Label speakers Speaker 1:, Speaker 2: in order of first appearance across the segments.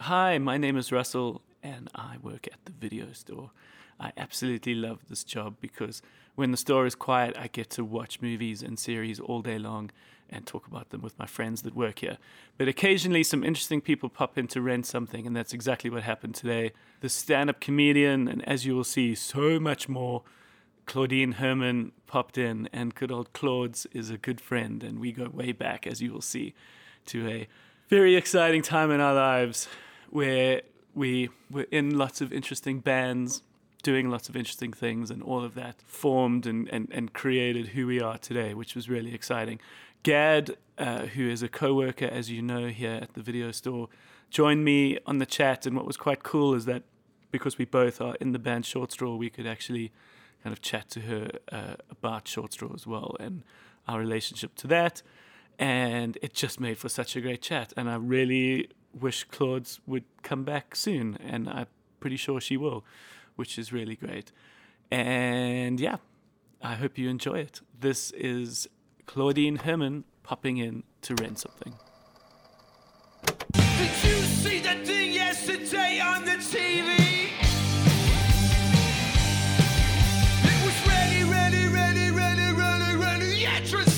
Speaker 1: Hi, my name is Russell and I work at the video store. I absolutely love this job because when the store is quiet, I get to watch movies and series all day long and talk about them with my friends that work here. But occasionally, some interesting people pop in to rent something, and that's exactly what happened today. The stand up comedian, and as you will see, so much more. Claudine Herman popped in, and good old Claude's is a good friend, and we go way back, as you will see, to a very exciting time in our lives where we were in lots of interesting bands, doing lots of interesting things, and all of that formed and, and, and created who we are today, which was really exciting. Gad, uh, who is a co worker, as you know, here at the video store, joined me on the chat, and what was quite cool is that because we both are in the band Short Straw, we could actually kind of chat to her uh, about Short Straw as well and our relationship to that. And it just made for such a great chat. And I really wish Claude's would come back soon. And I'm pretty sure she will, which is really great. And yeah, I hope you enjoy it. This is Claudine Herman popping in to rent something.
Speaker 2: Did you see that thing yesterday on the TV? It was ready, ready, ready, ready, ready, ready, yesterday!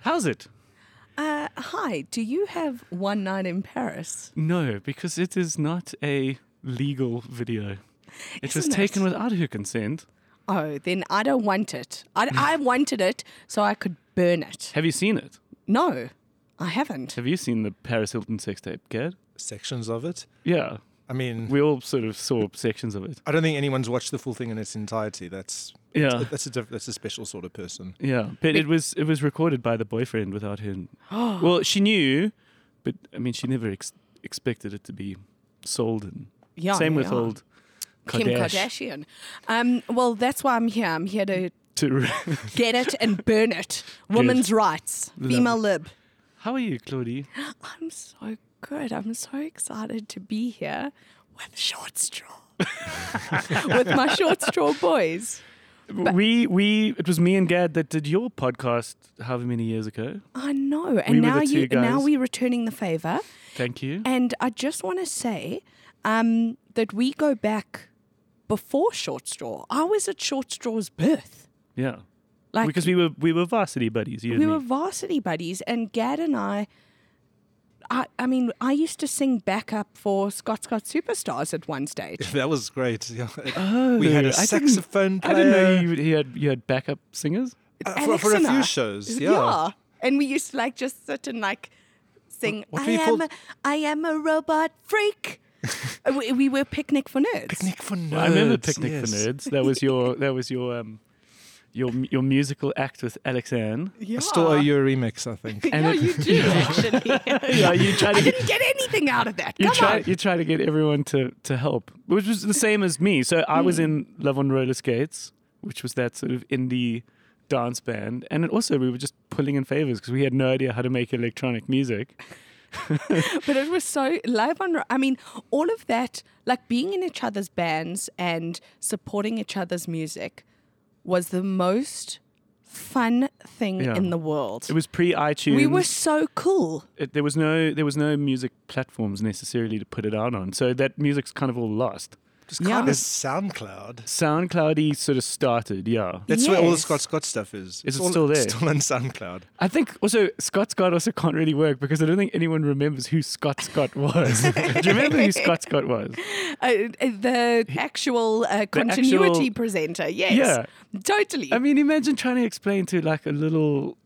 Speaker 1: How's it?
Speaker 3: Uh, hi, do you have One Night in Paris?
Speaker 1: No, because it is not a legal video. It was
Speaker 3: Isn't it?
Speaker 1: taken without her consent.
Speaker 3: Oh, then I don't want it. I, I wanted it so I could burn it.
Speaker 1: Have you seen it?
Speaker 3: No, I haven't.
Speaker 1: Have you seen the Paris Hilton sex tape, Gad?
Speaker 4: sections of it.
Speaker 1: Yeah.
Speaker 4: I mean,
Speaker 1: We all sort of saw sections of it.
Speaker 4: I don't think anyone's watched the full thing in its entirety. That's
Speaker 1: Yeah.
Speaker 4: that's a diff- that's a special sort of person.
Speaker 1: Yeah. But it was it was recorded by the boyfriend without her. well, she knew, but I mean, she never ex- expected it to be sold. And
Speaker 3: Yeah,
Speaker 1: same
Speaker 3: yeah,
Speaker 1: with
Speaker 3: yeah.
Speaker 1: old Kardashian.
Speaker 3: Kim Kardashian. Um, well, that's why I'm here. I'm here to
Speaker 1: To-
Speaker 3: get it and burn it. Women's rights, female lib.
Speaker 1: How are you, Claudie?
Speaker 3: I'm so good. I'm so excited to be here with Short Straw, with my Short Straw boys.
Speaker 1: we we it was me and Gad that did your podcast however many years ago.
Speaker 3: I know.
Speaker 1: We
Speaker 3: And
Speaker 1: were the
Speaker 3: now
Speaker 1: two
Speaker 3: you now
Speaker 1: guys.
Speaker 3: we're returning the favor.
Speaker 1: Thank you.
Speaker 3: And I just want to say um, that we go back before Short Straw. I was at Short Straw's birth.
Speaker 1: yeah.
Speaker 3: Like
Speaker 1: because we were we were varsity buddies, you
Speaker 3: we
Speaker 1: and
Speaker 3: were
Speaker 1: me.
Speaker 3: varsity buddies, and Gad and I. I, I mean, I used to sing backup for Scott Scott Superstars at one stage.
Speaker 4: That was great. Uh, Yeah. we had a
Speaker 1: I didn't-
Speaker 4: saxophone
Speaker 1: I
Speaker 4: player
Speaker 1: didn't know you, you had you had backup singers.
Speaker 4: uh, for,
Speaker 3: Alex
Speaker 4: for a
Speaker 3: and I-
Speaker 4: few shows. Yeah.
Speaker 3: And we used to like just sit and like sing,
Speaker 4: What
Speaker 3: I,
Speaker 4: were you
Speaker 3: am
Speaker 4: called?
Speaker 3: a, I am a robot freak. Uh, we, we were Picnic for Nerds.
Speaker 4: Picnic for nerds.
Speaker 1: I remember Picnic
Speaker 4: yes.
Speaker 1: for Nerds. That was your that was your um your your musical act with Alex Ann.
Speaker 3: Yeah.
Speaker 4: I still owe you a remix, I think.
Speaker 1: And
Speaker 3: yeah,
Speaker 1: it-
Speaker 3: you do actually.
Speaker 1: Yeah, you try
Speaker 3: I
Speaker 1: to
Speaker 3: didn't get anything out of that.
Speaker 1: you
Speaker 3: Come
Speaker 1: try
Speaker 3: on.
Speaker 1: you try to get everyone to to help, which was the same as me. So I was in Love on Roller Skates, which was that sort of indie dance band, and it also we were just pulling in favors because we had no idea how to make electronic music.
Speaker 3: But it was so live on. I mean, all of that, like being in each other's bands and supporting each other's music, was the most fun thing
Speaker 1: Yeah.
Speaker 3: in the world.
Speaker 1: It was pre iTunes.
Speaker 3: we were so cool.
Speaker 1: it, there was no there was no music platforms necessarily to put it out on, so that music's kind of all lost.
Speaker 4: Just
Speaker 3: Yeah.
Speaker 4: kind of SoundCloud.
Speaker 1: SoundCloudy sort of started, yeah.
Speaker 4: That's where all the
Speaker 3: Yes.
Speaker 4: Scott Scott stuff is. It's
Speaker 1: it
Speaker 4: all,
Speaker 1: still there?
Speaker 4: Still on SoundCloud.
Speaker 1: I think also Scott Scott also can't really work because I don't think anyone remembers who Scott Scott was. Do you remember who Scott Scott was?
Speaker 3: Uh, uh, the actual uh, continuity
Speaker 1: actual-
Speaker 3: presenter, yes,
Speaker 1: Yeah.
Speaker 3: totally.
Speaker 1: I mean, imagine trying to explain to like a little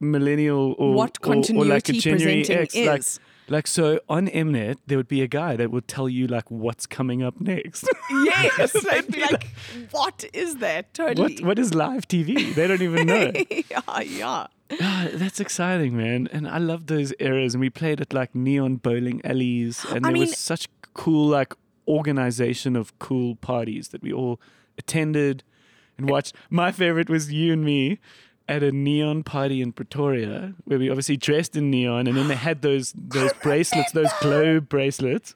Speaker 1: millennial or
Speaker 3: What
Speaker 1: or- or like a
Speaker 3: continuity
Speaker 1: Gen Z
Speaker 3: presenting
Speaker 1: X, like-
Speaker 3: is.
Speaker 1: Like so on Mnet, there would be a guy that would tell you like what's coming up next.
Speaker 3: yes, I'd be like, what is that? Totally.
Speaker 1: what what is live TV? They don't even know.
Speaker 3: yeah, yeah.
Speaker 1: Ah, That's exciting, man. And I love those eras. And we played at like neon bowling alleys, and
Speaker 3: I
Speaker 1: there
Speaker 3: mean-
Speaker 1: was such cool like organization of cool parties that we all attended
Speaker 3: Eh
Speaker 1: and watched. My favorite was you and me at a neon party in Pretoria, where we obviously dressed in neon, and then they had those those bracelets, those glow bracelets.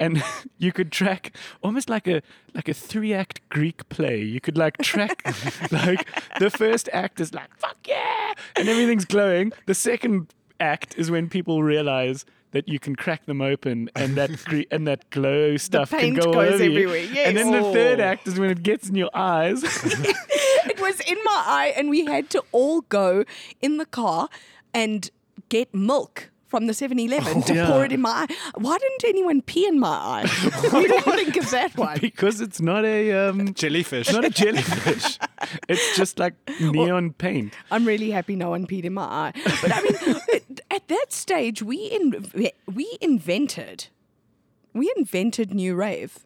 Speaker 1: and you could track almost like a like a three act Greek play. You could like track like the first act is like fuck yeah, and everything's glowing. The second act is when people realize that you can crack them open and that gre- and that glow stuff can
Speaker 3: paint
Speaker 1: go all
Speaker 3: goes
Speaker 1: over you.
Speaker 3: everywhere.
Speaker 1: And then the
Speaker 3: Yes.
Speaker 1: third
Speaker 4: Oh.
Speaker 1: act is when it gets in your eyes.
Speaker 3: it was in my eye, and we had to all go in the car and get milk from the 7 Eleven to
Speaker 1: Yeah.
Speaker 3: pour it in my eye. Why didn't anyone pee in my eye? we didn't think of that one.
Speaker 1: because it's not a um,
Speaker 4: Jellyfish.
Speaker 1: it's not a jellyfish. it's just like neon paint.
Speaker 3: I'm really happy no one peed in my eye. But I mean, at- at that stage, we, in, we invented. We invented New Rave.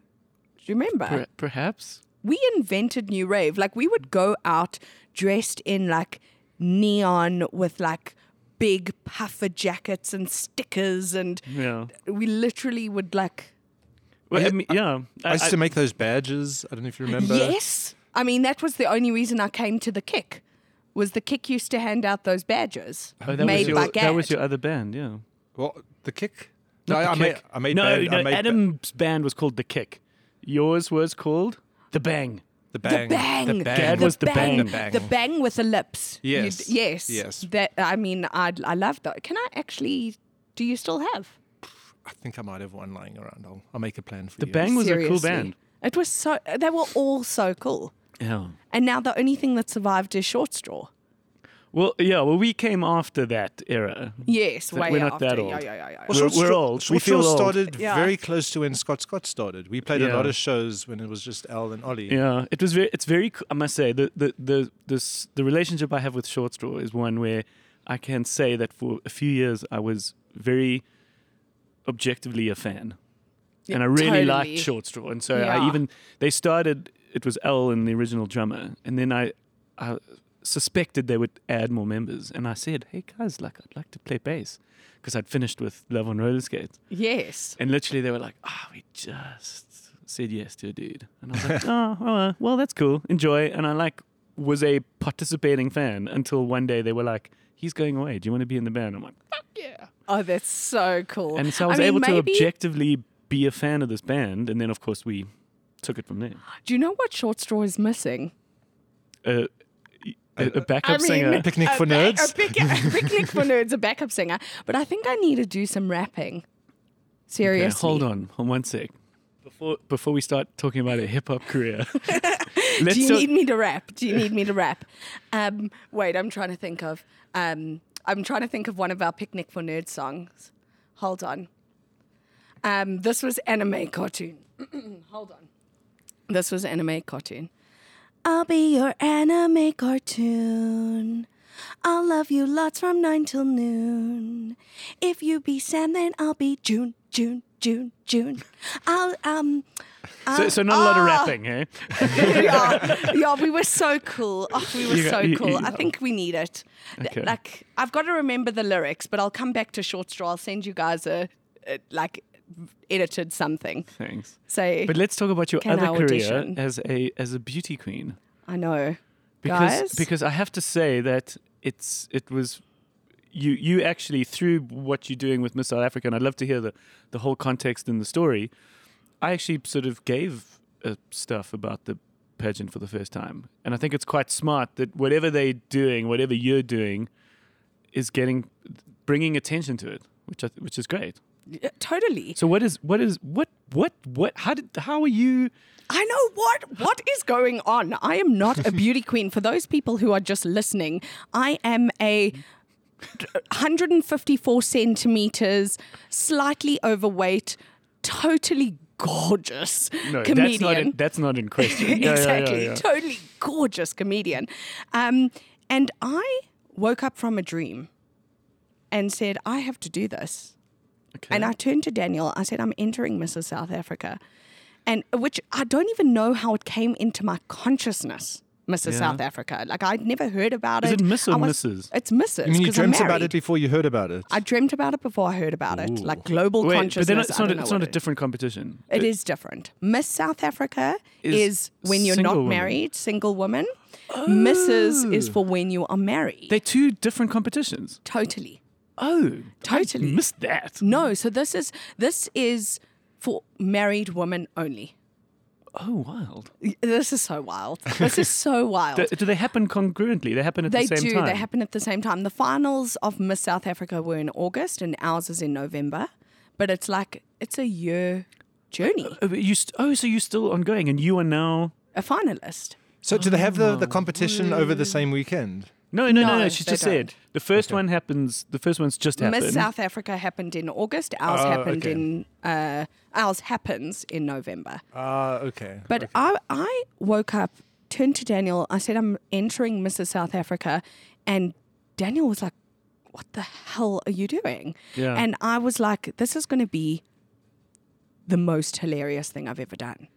Speaker 3: Do you remember?
Speaker 1: Per- perhaps.
Speaker 3: we invented new rave. Like we would go out dressed in like neon with like big puffer jackets and stickers, and
Speaker 1: Yeah.
Speaker 3: we literally would like
Speaker 1: Well, I
Speaker 4: I-
Speaker 1: mean, yeah.
Speaker 4: I used to make those badges. I don't know if you
Speaker 1: uh,
Speaker 4: remember.
Speaker 3: yes. I mean, that was the only reason I came to the kick. Was the kick used to hand out those badges
Speaker 1: oh, that
Speaker 3: made
Speaker 1: was your,
Speaker 3: by Gad?
Speaker 1: That was your other band, yeah.
Speaker 4: What the kick?
Speaker 1: Not
Speaker 4: No,
Speaker 1: The
Speaker 4: I, I made.
Speaker 1: Kick.
Speaker 4: I made.
Speaker 1: no,
Speaker 4: bad-
Speaker 1: no.
Speaker 4: I made
Speaker 1: Adam's band was called The Kick. Yours was called The Bang.
Speaker 4: ba-
Speaker 3: the
Speaker 4: the bang.
Speaker 3: bang.
Speaker 4: The bang.
Speaker 1: Dad was the bang.
Speaker 3: The
Speaker 1: The
Speaker 3: bang,
Speaker 4: bang.
Speaker 3: with the lips. You'd-
Speaker 4: Yes.
Speaker 3: yes.
Speaker 4: Yes.
Speaker 3: That I mean, I I love that. Can I actually? Do you still have?
Speaker 4: I think I might have one lying around. I'll, I'll make a plan for
Speaker 1: The
Speaker 4: you.
Speaker 1: Bang was a cool
Speaker 3: Seriously.
Speaker 1: band.
Speaker 3: It was so. They were all so cool.
Speaker 1: Yeah.
Speaker 3: And now the only thing that survived is short straw.
Speaker 1: Well, yeah. Well, we came after that era.
Speaker 3: Yes,
Speaker 1: Th-
Speaker 3: way
Speaker 1: we're not
Speaker 3: after.
Speaker 1: that
Speaker 3: Yeah,
Speaker 1: old.
Speaker 3: yeah, yeah, yeah.
Speaker 1: We're- we're old. We
Speaker 4: Short Straw
Speaker 1: feel old.
Speaker 4: started
Speaker 3: Yeah.
Speaker 4: very close to when Scott Scott started. We played
Speaker 1: Yeah.
Speaker 4: a lot of shows when it was just Al and Ollie.
Speaker 1: Yeah, it was very. It's very. co- I must say the the the this, the relationship I have with short straw is one where I can say that for a few years I was very objectively a fan,
Speaker 3: Yeah,
Speaker 1: and I really
Speaker 3: totally.
Speaker 1: liked short straw. And so
Speaker 3: Yeah.
Speaker 1: I even they started. It was L and the original drummer, and then I I suspected they would add more members, and I said, "Hey guys, like I'd like to play bass," because I'd finished with Love on Roller Skates.
Speaker 3: Yes.
Speaker 1: And literally, they were like, "Ah, we just said yes to a dude," and I was like, "Oh, oh, uh, well, that's cool. Enjoy." And I like was a participating fan until one day they were like, "He's going away. Do you want to be in the band?" I'm like, "Fuck yeah!"
Speaker 3: Oh, that's so cool.
Speaker 1: And so I was
Speaker 3: mean,
Speaker 1: able to
Speaker 3: maybe-
Speaker 1: objectively be a fan of this band, and then of course we took it from there.
Speaker 3: Do you know what short straw is missing?
Speaker 1: Uh, a, a backup
Speaker 3: mean-
Speaker 1: singer.
Speaker 4: Picnic
Speaker 3: A
Speaker 4: for
Speaker 3: ba-
Speaker 4: nerds.
Speaker 3: A, pic- a picnic for nerds, a backup singer. But I think I need to do some rapping.
Speaker 1: Okay,
Speaker 3: Seriously.
Speaker 1: hold on, hold one sec. Before before we start talking about a hip hop career, let's
Speaker 3: Do you
Speaker 1: talk-
Speaker 3: need me to rap? Do you need me to rap? Um, wait, I'm trying to think of. Um, I'm trying to think of one of our picnic for nerds songs. Hold on. Um, this was anime cartoon. Hold on. This was anime cartoon. I'll be your anime cartoon. I'll love you lots from nine till noon. If you be Sam, then I'll be June, June, June, June. I'll um.
Speaker 1: so, so not a lot of
Speaker 3: Ah!
Speaker 1: rapping, eh?
Speaker 3: yeah, yeah, we were so cool. Oh, we were
Speaker 1: You got-
Speaker 3: so
Speaker 1: you-
Speaker 3: cool.
Speaker 1: you-
Speaker 3: I think we need it. Th-
Speaker 1: Okay.
Speaker 3: Like I've got to remember the lyrics, but I'll come back to short straw. I'll send you guys a, a like edited something.
Speaker 1: Thanks.
Speaker 3: So
Speaker 1: But let's talk about your
Speaker 3: Can
Speaker 1: other
Speaker 3: I
Speaker 1: career
Speaker 3: audition?
Speaker 1: as a as a beauty queen.
Speaker 3: I know,
Speaker 1: Because
Speaker 3: guys.
Speaker 1: because I have to say that it's it was you you actually through what you're doing with Miss South Africa, and I'd love to hear the, the whole context and the story. I actually sort of gave uh, stuff about the pageant for the first time, and I think it's quite smart that whatever they're doing, whatever you're doing, is getting bringing attention to it, which I, th- which is great.
Speaker 3: Yeah, Uh, totally.
Speaker 1: So what is what is what what what how did how are you?
Speaker 3: I know what what is going on. I am not a beauty queen. For those people who are just listening, I am a 154 centimeters, slightly overweight, totally gorgeous
Speaker 1: No,
Speaker 3: comedian.
Speaker 1: that's not in, that's not in question. Yeah, yeah, yeah,
Speaker 3: exactly.
Speaker 1: yeah.
Speaker 3: Totally gorgeous comedian. Um, and I woke up from a dream and said, I have to do this.
Speaker 1: Okay.
Speaker 3: And I turned to Daniel. I said, I'm entering Mrs. South Africa. And which I don't even know how it came into my consciousnness, Mrs.
Speaker 1: Yeah.
Speaker 3: South Africa. Like I'd never heard about
Speaker 1: Is
Speaker 3: it.
Speaker 1: it Miss or
Speaker 3: I was-
Speaker 1: Mrs.?
Speaker 3: It's Mrs.
Speaker 4: I mean, you
Speaker 3: 'cause I'm
Speaker 4: dreamt about
Speaker 3: married.
Speaker 4: it before you heard about it.
Speaker 3: I dreamt about it before I heard about it. Like global
Speaker 1: Wait, but
Speaker 3: consciousness.
Speaker 1: then it's
Speaker 3: I
Speaker 1: not,
Speaker 3: don't know
Speaker 1: it's
Speaker 3: what
Speaker 1: not a
Speaker 3: it is.
Speaker 1: different competition.
Speaker 3: It is different. Miss South Africa
Speaker 1: Is
Speaker 3: is, when you're
Speaker 1: single
Speaker 3: not
Speaker 1: woman. Oh.
Speaker 3: married, single woman. Mrs. is for when you are married.
Speaker 1: They're two different competitions.
Speaker 3: totally.
Speaker 1: Oh,
Speaker 3: Totally.
Speaker 1: missed that.
Speaker 3: No, so this is this is for married women only.
Speaker 1: Oh, wild.
Speaker 3: This is so wild. This is so wild.
Speaker 1: Do, do they happen congruently? They happen at
Speaker 3: They
Speaker 1: the same
Speaker 3: do.
Speaker 1: time.
Speaker 3: They happen at the same time. The finals of Miss South Africa were in August, and ours is in November. But it's like it's a year journey.
Speaker 1: Oh, but you st- oh, so you're still ongoing, and you are now.
Speaker 3: A finalist.
Speaker 4: So do they have the,
Speaker 3: Oh.
Speaker 4: the competition over the same weekend?
Speaker 1: No, no, no,
Speaker 3: No,
Speaker 1: no. She
Speaker 3: they
Speaker 1: just
Speaker 3: don't.
Speaker 1: said the first one happens. The first one's just happened.
Speaker 3: Miss South Africa happened in August. Ours
Speaker 4: Oh,
Speaker 3: happened
Speaker 4: okay.
Speaker 3: in uh, ours happens in November.
Speaker 4: Ah, okay.
Speaker 3: But I, I woke up, turned to Daniel. I said, I'm entering Mrs. South Africa. And Daniel was like, What the hell are you doing?
Speaker 1: Yeah.
Speaker 3: And I was like, This is going to be the most hilarious thing I've ever done.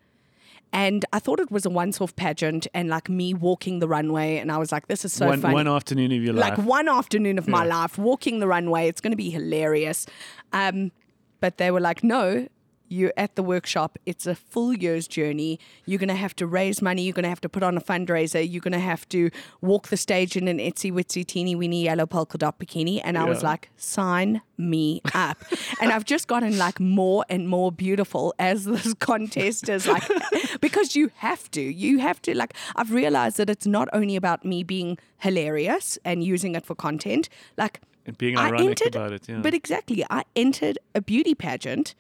Speaker 3: And I thought it was a once off pageant and like me walking the runway. And I was like, This is so
Speaker 1: one,
Speaker 3: funny
Speaker 1: one afternoon of your
Speaker 3: like
Speaker 1: life.
Speaker 3: one afternoon of my life walking the runway. It's going to be hilarious. Um, but they were like, no, you're at the workshop. It's a full year's journey. You're going to have to raise money. You're going to have to put on a fundraiser. You're going to have to walk the stage in an itsy witsy teeny weeny yellow polka dot bikini. And I was
Speaker 1: Yeah.
Speaker 3: like, sign me up. and I've just gotten like more and more beautiful as this contest is like, because you have to. You have to. Like, I've realized that it's not only about me being hilarious and using it for content. Like,
Speaker 1: And being
Speaker 3: I
Speaker 1: ironic
Speaker 3: entered,
Speaker 1: about it, yeah.
Speaker 3: but exactly, I entered a beauty pageant.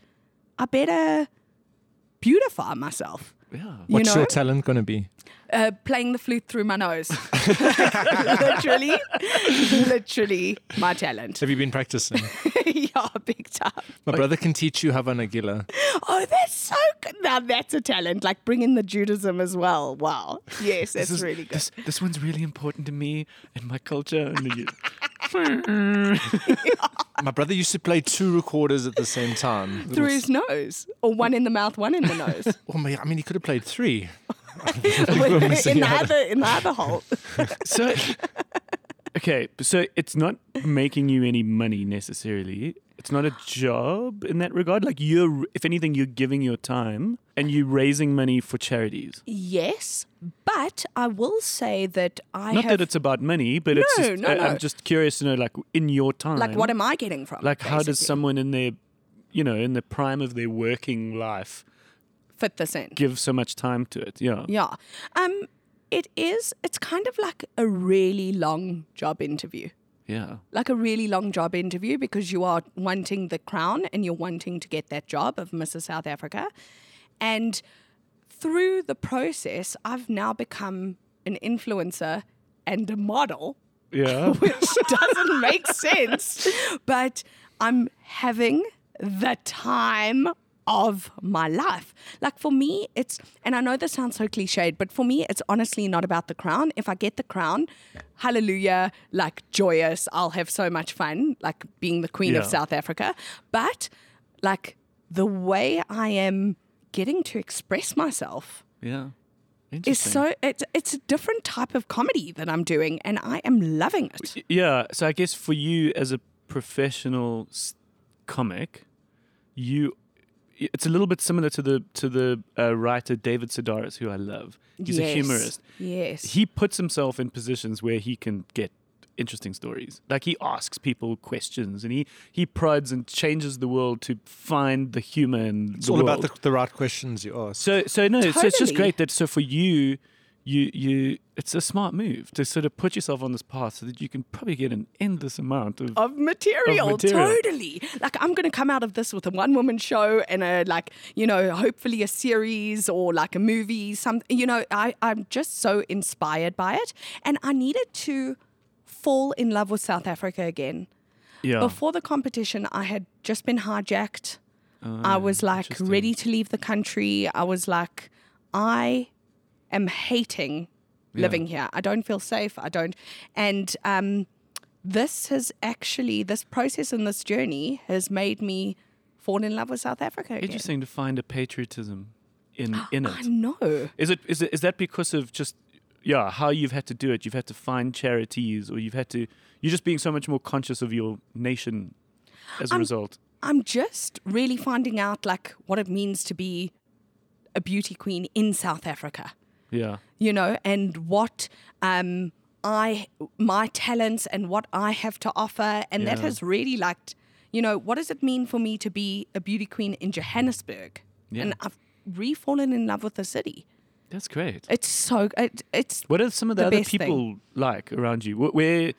Speaker 3: I better beautify myself.
Speaker 1: yeah.
Speaker 3: You
Speaker 4: What's
Speaker 3: know?
Speaker 4: your talent going to be?
Speaker 3: uh, playing the flute through my nose. literally, literally my talent.
Speaker 4: Have you been practicing?
Speaker 3: yeah, big time.
Speaker 4: My brother can teach you Havanagila.
Speaker 3: Oh, that's so good. Now that's a talent. Like bring in the Judaism as well. Wow. Yes,
Speaker 1: This
Speaker 3: that's
Speaker 1: is-
Speaker 3: really good.
Speaker 1: This, this one's really important to me and my culture. And the,
Speaker 4: My brother used to play two recorders at the same time. Little
Speaker 3: Through his nose, or one in the mouth, one in the nose,
Speaker 4: Oh my! I mean, he could have played three.
Speaker 3: in
Speaker 4: missing
Speaker 3: the
Speaker 4: out.
Speaker 3: other, in the other hole.
Speaker 1: so, okay, so it's not making you any money necessarily. It's not a job in that regard. Like you're, if anything, you're giving your time and you're raising money for charities.
Speaker 3: Yes, but I will say that I
Speaker 1: not
Speaker 3: have,
Speaker 1: that it's about money, but it's
Speaker 3: No,
Speaker 1: just,
Speaker 3: no,
Speaker 1: I,
Speaker 3: no.
Speaker 1: I'm just curious to know, like in your time,
Speaker 3: like what am I getting from? it,
Speaker 1: like how does
Speaker 3: basically?
Speaker 1: someone in their, you know, in the prime of their working life,
Speaker 3: fit this in?
Speaker 1: give so much time to it? Yeah.
Speaker 3: Yeah. Um it is it's kind of like a really long job interview.
Speaker 1: Yeah.
Speaker 3: Like a really long job interview because you are wanting the crown and you're wanting to get that job of Mrs. South Africa. And through the process, I've now become an influencer and a model
Speaker 1: Yeah.
Speaker 3: which doesn't make sense. But I'm having the time of my life. Like for me, it's, and I know this sounds so cliched, but for me, it's honestly not about the crown. If I get the crown, hallelujah, like joyous, I'll have so much fun, like being the queen of
Speaker 1: Yeah.
Speaker 3: South Africa. But like the way I am getting to express myself
Speaker 1: yeah.
Speaker 3: is
Speaker 1: Interesting.
Speaker 3: so, it's, it's a different type of comedy that I'm doing, and I am loving it.
Speaker 1: Yeah. So I guess for you as a professional s- comic, you it's a little bit similar to the to the uh, writer David Sedaris, who I love. He's a
Speaker 3: Yes.
Speaker 1: humorist.
Speaker 3: Yes.
Speaker 1: He puts himself in positions where he can get interesting stories. Like he asks people questions, and he he prods and changes the world to find the humor in
Speaker 4: It's
Speaker 1: the
Speaker 4: all
Speaker 1: world.
Speaker 4: about the, the right questions you ask.
Speaker 1: So so no, so it's just
Speaker 3: Totally.
Speaker 1: great that so for you, you you it's a smart move to sort of put yourself on this path so that you can probably get an endless amount of
Speaker 3: of material,
Speaker 1: Of material.
Speaker 3: totally. Like I'm going to come out of this with a one-woman show and a like, you know, hopefully a series or like a movie. Some, you know, I I'm just so inspired by it, and I needed to fall in love with South Africa again.
Speaker 1: yeah.
Speaker 3: Before the competition, I had just been hijacked.
Speaker 1: Oh,
Speaker 3: I was like ready to leave the country. I was like, I am hating living here. I don't feel safe. I don't. And um, this has actually, this process and this journey has made me fall in love with South Africa. Again.
Speaker 1: Interesting to find a patriotism in in
Speaker 3: I
Speaker 1: it.
Speaker 3: know.
Speaker 1: Is it is it is that because of just yeah how you've had to do it? You've had to find charities, or you've had to you're just being so much more conscious of your nation as a result.
Speaker 3: I'm just really finding out like what it means to be a beauty queen in South Africa.
Speaker 1: Yeah.
Speaker 3: you know, and what um, I my talents and what I have to offer, and that
Speaker 1: Yeah.
Speaker 3: has really like you know, what does it mean for me to be a beauty queen in Johannesburg?
Speaker 1: Yeah.
Speaker 3: And I've re-fallen in love with the city.
Speaker 1: That's great.
Speaker 3: It's so it, it's
Speaker 1: What are some of the,
Speaker 3: the
Speaker 1: other
Speaker 3: best thing.
Speaker 1: people like around you? Wh- Where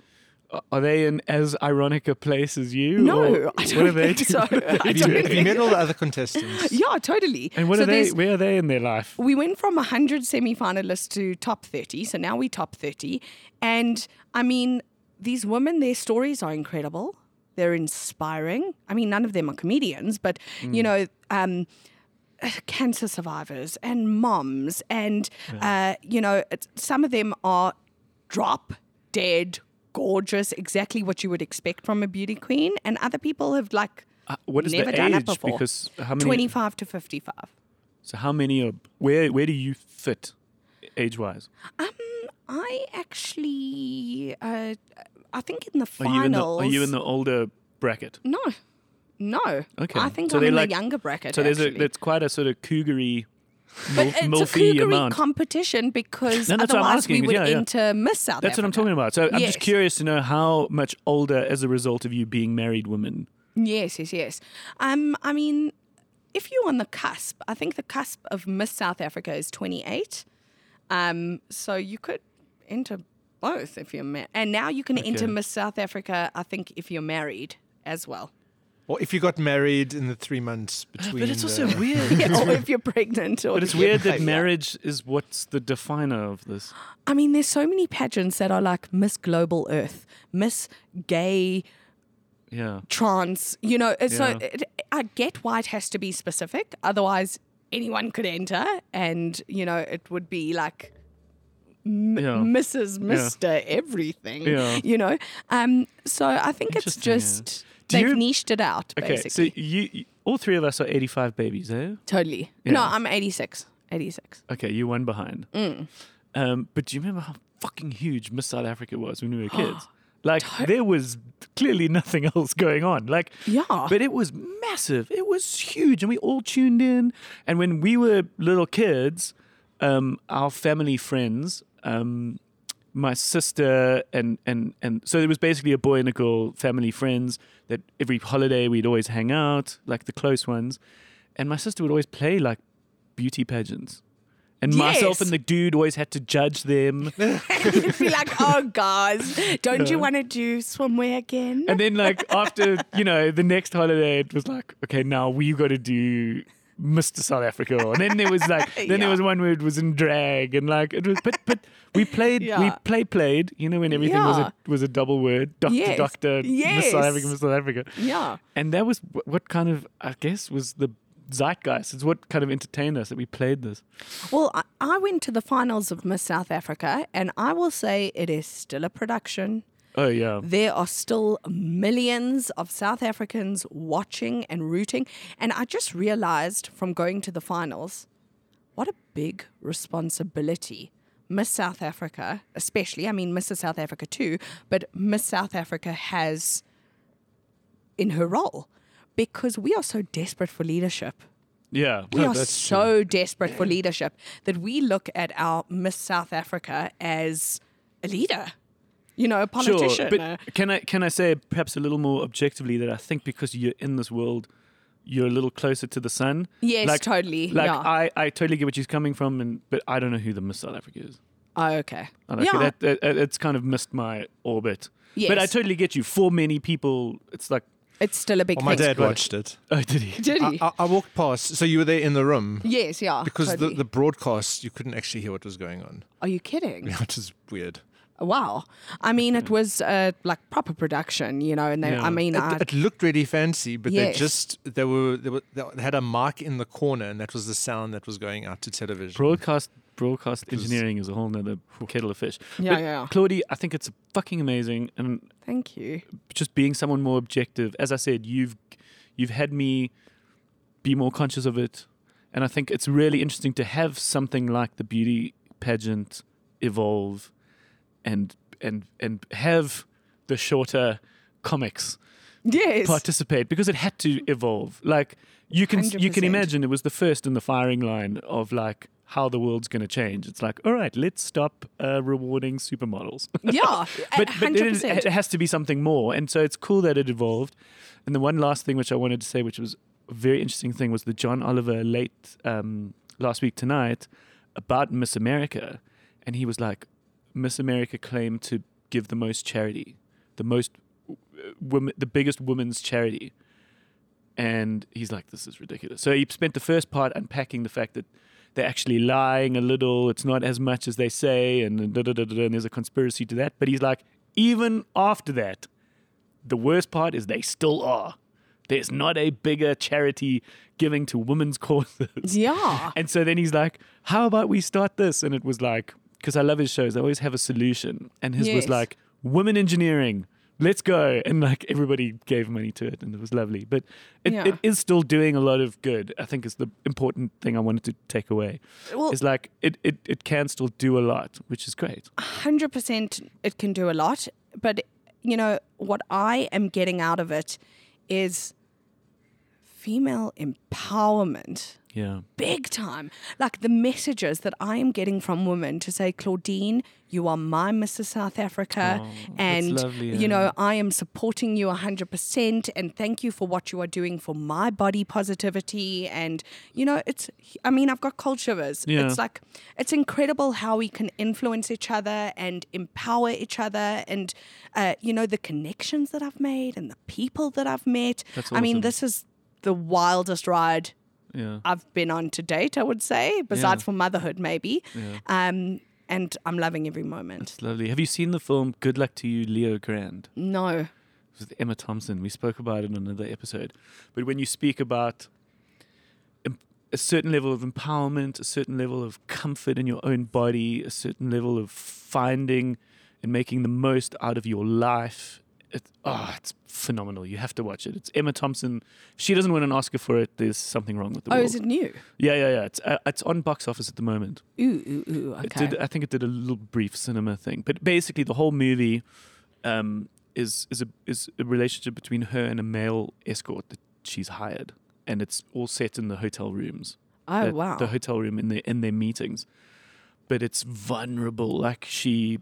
Speaker 1: are they in as ironic a place as you?
Speaker 3: no,
Speaker 1: or
Speaker 3: I
Speaker 1: what
Speaker 3: don't
Speaker 1: are they
Speaker 3: think so.
Speaker 1: doing?
Speaker 3: I
Speaker 4: Have you,
Speaker 3: don't
Speaker 4: have you
Speaker 3: think,
Speaker 4: met all the other contestants?
Speaker 3: yeah, totally.
Speaker 1: And what
Speaker 3: so
Speaker 1: are they?
Speaker 3: there's-
Speaker 1: Where are they in their life?
Speaker 3: we went from 100 semi-finalists to top 30 so now we top 30 and i mean these women their stories are incredible they're inspiring i mean none of them are comedians but you know um, cancer survivors and moms and uh, you know it's, some of them are drop dead gorgeous exactly what you would expect from a beauty queen and other people have like
Speaker 1: Uh, What is
Speaker 3: never
Speaker 1: the
Speaker 3: done
Speaker 1: age?
Speaker 3: it before
Speaker 1: Because how many?
Speaker 3: 25 to 55
Speaker 1: So how many are? Where where do you fit, age wise?
Speaker 3: Um, I actually, uh, I think in the
Speaker 1: Are you in the
Speaker 3: finals.
Speaker 1: Are you in the older bracket?
Speaker 3: No, no.
Speaker 1: Okay.
Speaker 3: I think
Speaker 1: So
Speaker 3: I'm
Speaker 1: they
Speaker 3: in
Speaker 1: like-
Speaker 3: the younger bracket.
Speaker 1: So there's a
Speaker 3: actually.
Speaker 1: that's quite a sort of cougary,
Speaker 3: but
Speaker 1: mil-
Speaker 3: it's a
Speaker 1: milfy
Speaker 3: cougar
Speaker 1: amount.
Speaker 3: competition because
Speaker 1: No, that's what I'm
Speaker 3: otherwise
Speaker 1: asking,
Speaker 3: we would
Speaker 1: yeah, yeah.
Speaker 3: enter Miss South
Speaker 1: that's what I'm talking about. So I'm just
Speaker 3: Yes.
Speaker 1: curious to know how much older, as a result of you being married, women.
Speaker 3: Yes, yes, yes. Um, I mean, if you're on the cusp, I think the cusp of Miss South Africa is 28. Um, so you could enter both if you're married, and now you can enter
Speaker 1: Okay.
Speaker 3: Miss South Africa. I think if you're married as well.
Speaker 4: Or if you got married in the three months between. the-
Speaker 1: weird.
Speaker 3: yeah, or if you're pregnant. Or
Speaker 1: But it's
Speaker 3: if you're
Speaker 1: weird that
Speaker 3: pregnant.
Speaker 1: marriage is what's the definer of this.
Speaker 3: I mean, there's so many pageants that are like Miss Global Earth, Miss Gay
Speaker 1: Yeah.
Speaker 3: Trans. You know, uh, so
Speaker 1: Yeah.
Speaker 3: it, I get why it has to be specific. Otherwise, anyone could enter, and you know, it would be like m-
Speaker 1: Yeah.
Speaker 3: Mrs. Mister Everything.
Speaker 1: Yeah.
Speaker 3: You know, um. So I think it's
Speaker 1: Interesting, yeah.
Speaker 3: just
Speaker 1: Do
Speaker 3: they've
Speaker 1: you-
Speaker 3: niched it out
Speaker 1: Okay.
Speaker 3: basically.
Speaker 1: So you, you- all three of us are 85 babies, eh?
Speaker 3: totally. No,
Speaker 1: Yeah.
Speaker 3: I'm 86. 86.
Speaker 1: Okay, you one behind. Um, but do you remember how fucking huge Miss South Africa was when we were kids? Like there was clearly nothing else going on. Like
Speaker 3: Yeah.
Speaker 1: but it was massive. It was huge, and we all tuned in. And when we were little kids, um, our family friends, um, my sister and and and so it was basically a boy and a girl family friends that every holiday we'd always hang out, like the close ones. And my sister would always play like beauty pageants. And myself
Speaker 3: Yes.
Speaker 1: and the dude always had to judge them.
Speaker 3: You'd be like, oh, guys, don't you want to do swimwear again?
Speaker 1: And then like after, you know, the next holiday it was like, okay, now we gotta do Mr. South Africa. And then there was like then there
Speaker 3: Yeah.
Speaker 1: was one where it was in drag and like it was but but we played we
Speaker 3: Yeah.
Speaker 1: play played, you know, when everything was a was a double word, doctor,
Speaker 3: Yes.
Speaker 1: doctor, Miss South Africa,
Speaker 3: Yes.
Speaker 1: Miss South Africa.
Speaker 3: yeah.
Speaker 1: And that was wh- what kind of I guess was the zeitgeist. It's what kind of entertained us that we played this.
Speaker 3: Well, I, I went to the finals of Miss South Africa, and I will say it is still a production.
Speaker 1: Oh yeah.
Speaker 3: There are still millions of South Africans watching and rooting. And I just realized from going to the finals what a big responsibility Miss South Africa, especially, I mean, Mrs. South Africa too, but Miss South Africa has in her role because we are so desperate for leadership.
Speaker 1: Yeah.
Speaker 3: We are so desperate for leadership that we look at our Miss South Africa as a leader, you know, a politician.
Speaker 1: Sure,
Speaker 3: Uh,
Speaker 1: but
Speaker 3: a-
Speaker 1: can I can I say perhaps a little more objectively that I think because you're in this world, you're a little closer to the sun.
Speaker 3: Yes, totally,
Speaker 1: Like
Speaker 3: yeah.
Speaker 1: I, I totally get what she's coming from, and but I don't know who the Miss South Africa is.
Speaker 3: Oh, okay.
Speaker 1: And okay, that, that, that- it's kind of missed my orbit. But I
Speaker 3: Yes.
Speaker 1: totally get you. For many people, it's like,
Speaker 3: it's still a big
Speaker 4: Well, my
Speaker 3: thing.
Speaker 4: dad watched it.
Speaker 1: oh, did he?
Speaker 3: Did
Speaker 4: I,
Speaker 3: he?
Speaker 4: I, I walked past. So you were there in the room.
Speaker 3: yes, yeah.
Speaker 4: Because
Speaker 3: totally.
Speaker 4: the, the broadcast, you couldn't actually hear what was going on,
Speaker 3: Are you kidding?
Speaker 4: which is weird.
Speaker 3: Wow. I mean, it was uh, like proper production, you know, and they,
Speaker 1: Yeah.
Speaker 3: I mean, uh, I,
Speaker 4: It, it looked really fancy, but
Speaker 3: Yes.
Speaker 4: they just they were, they were they had a mic in the corner, and that was the sound that was going out to television.
Speaker 1: Broadcast broadcast engineering is a whole nother kettle of fish.
Speaker 3: Yeah,
Speaker 1: But,
Speaker 3: yeah, yeah.
Speaker 1: Claudie, I think it's fucking amazing, and
Speaker 3: thank you.
Speaker 1: just being someone more objective. As I said, you've you've had me be more conscious of it, and I think it's really interesting to have something like the beauty pageant evolve, and and and have the shorter comics
Speaker 3: Yes.
Speaker 1: participate because it had to evolve. Like you can you can
Speaker 3: 100%.
Speaker 1: imagine it was the first in the firing line of like how the world's going to change. It's like, all right, let's stop uh, rewarding supermodels.
Speaker 3: Yeah,
Speaker 1: but, but it, is-
Speaker 3: 100%.
Speaker 1: it has to be something more. And so it's cool that it evolved. And the one last thing which I wanted to say, which was a very interesting thing, was the John Oliver late um, last week tonight about Miss America. And he was like, Miss America claimed to give the most charity, the most uh, women, the biggest women's charity. And he's like, this is ridiculous. So he spent the first part unpacking the fact that they're actually lying a little. It's not as much as they say, and da da da da. da, And there's a conspiracy to that. But he's like, even after that, the worst part is they still are. There's not a bigger charity giving to women's causes.
Speaker 3: yeah.
Speaker 1: And so then he's like, "How about we start this?" And it was like, because I love his shows, they always have a solution. And his was
Speaker 3: Yes.
Speaker 1: like, "Women engineering, let's go!" And like everybody gave money to it, and it was lovely. But it,
Speaker 3: Yeah.
Speaker 1: it is still doing a lot of good. I think is the important thing I wanted to take away.
Speaker 3: Well-
Speaker 1: is like it, it it can still do a lot, which is great.
Speaker 3: hundred percent it can do a lot, but you know what I am getting out of it is female empowerment
Speaker 1: Yeah,
Speaker 3: big time like the messages that i am getting from women to say claudine you are my mrs south africa
Speaker 1: Oh, that's
Speaker 3: and
Speaker 1: lovely, eh?"
Speaker 3: you know
Speaker 1: yeah.
Speaker 3: i am supporting you 100% and thank you for what you are doing for my body positivity and you know it's i mean i've got cold shivers
Speaker 1: Yeah.
Speaker 3: it's like it's incredible how we can influence each other and empower each other and uh, you know the connections that i've made and the people that i've met
Speaker 1: That's
Speaker 3: i mean
Speaker 1: awesome.
Speaker 3: this is the wildest ride
Speaker 1: yeah.
Speaker 3: I've been on to date, I would say, besides
Speaker 1: Yeah.
Speaker 3: for motherhood, maybe. Um, and I'm loving every moment.
Speaker 1: It's lovely. Have you seen the film Good Luck to You, Leo Grand?
Speaker 3: No.
Speaker 1: It was with Emma Thompson. We spoke about it in another episode. But when you speak about em- a certain level of empowerment, a certain level of comfort in your own body, a certain level of finding and making the most out of your life, it, oh, it's phenomenal. You have to watch it. It's Emma Thompson. If she doesn't win an Oscar for it, there's something wrong with the
Speaker 3: Oh,
Speaker 1: world.
Speaker 3: is it new?
Speaker 1: Yeah, yeah, yeah. It's, uh, it's on box office at the moment.
Speaker 3: Ooh, ooh, ooh.
Speaker 1: It
Speaker 3: Okay.
Speaker 1: did, uh, I think it did a little brief cinema thing, but basically the whole movie um, is is a is a relationship between her and a male escort that she's hired, and it's all set in the hotel rooms.
Speaker 3: Oh,
Speaker 1: that-
Speaker 3: wow.
Speaker 1: The hotel room in their in their meetings, but it's vulnerable. Like she,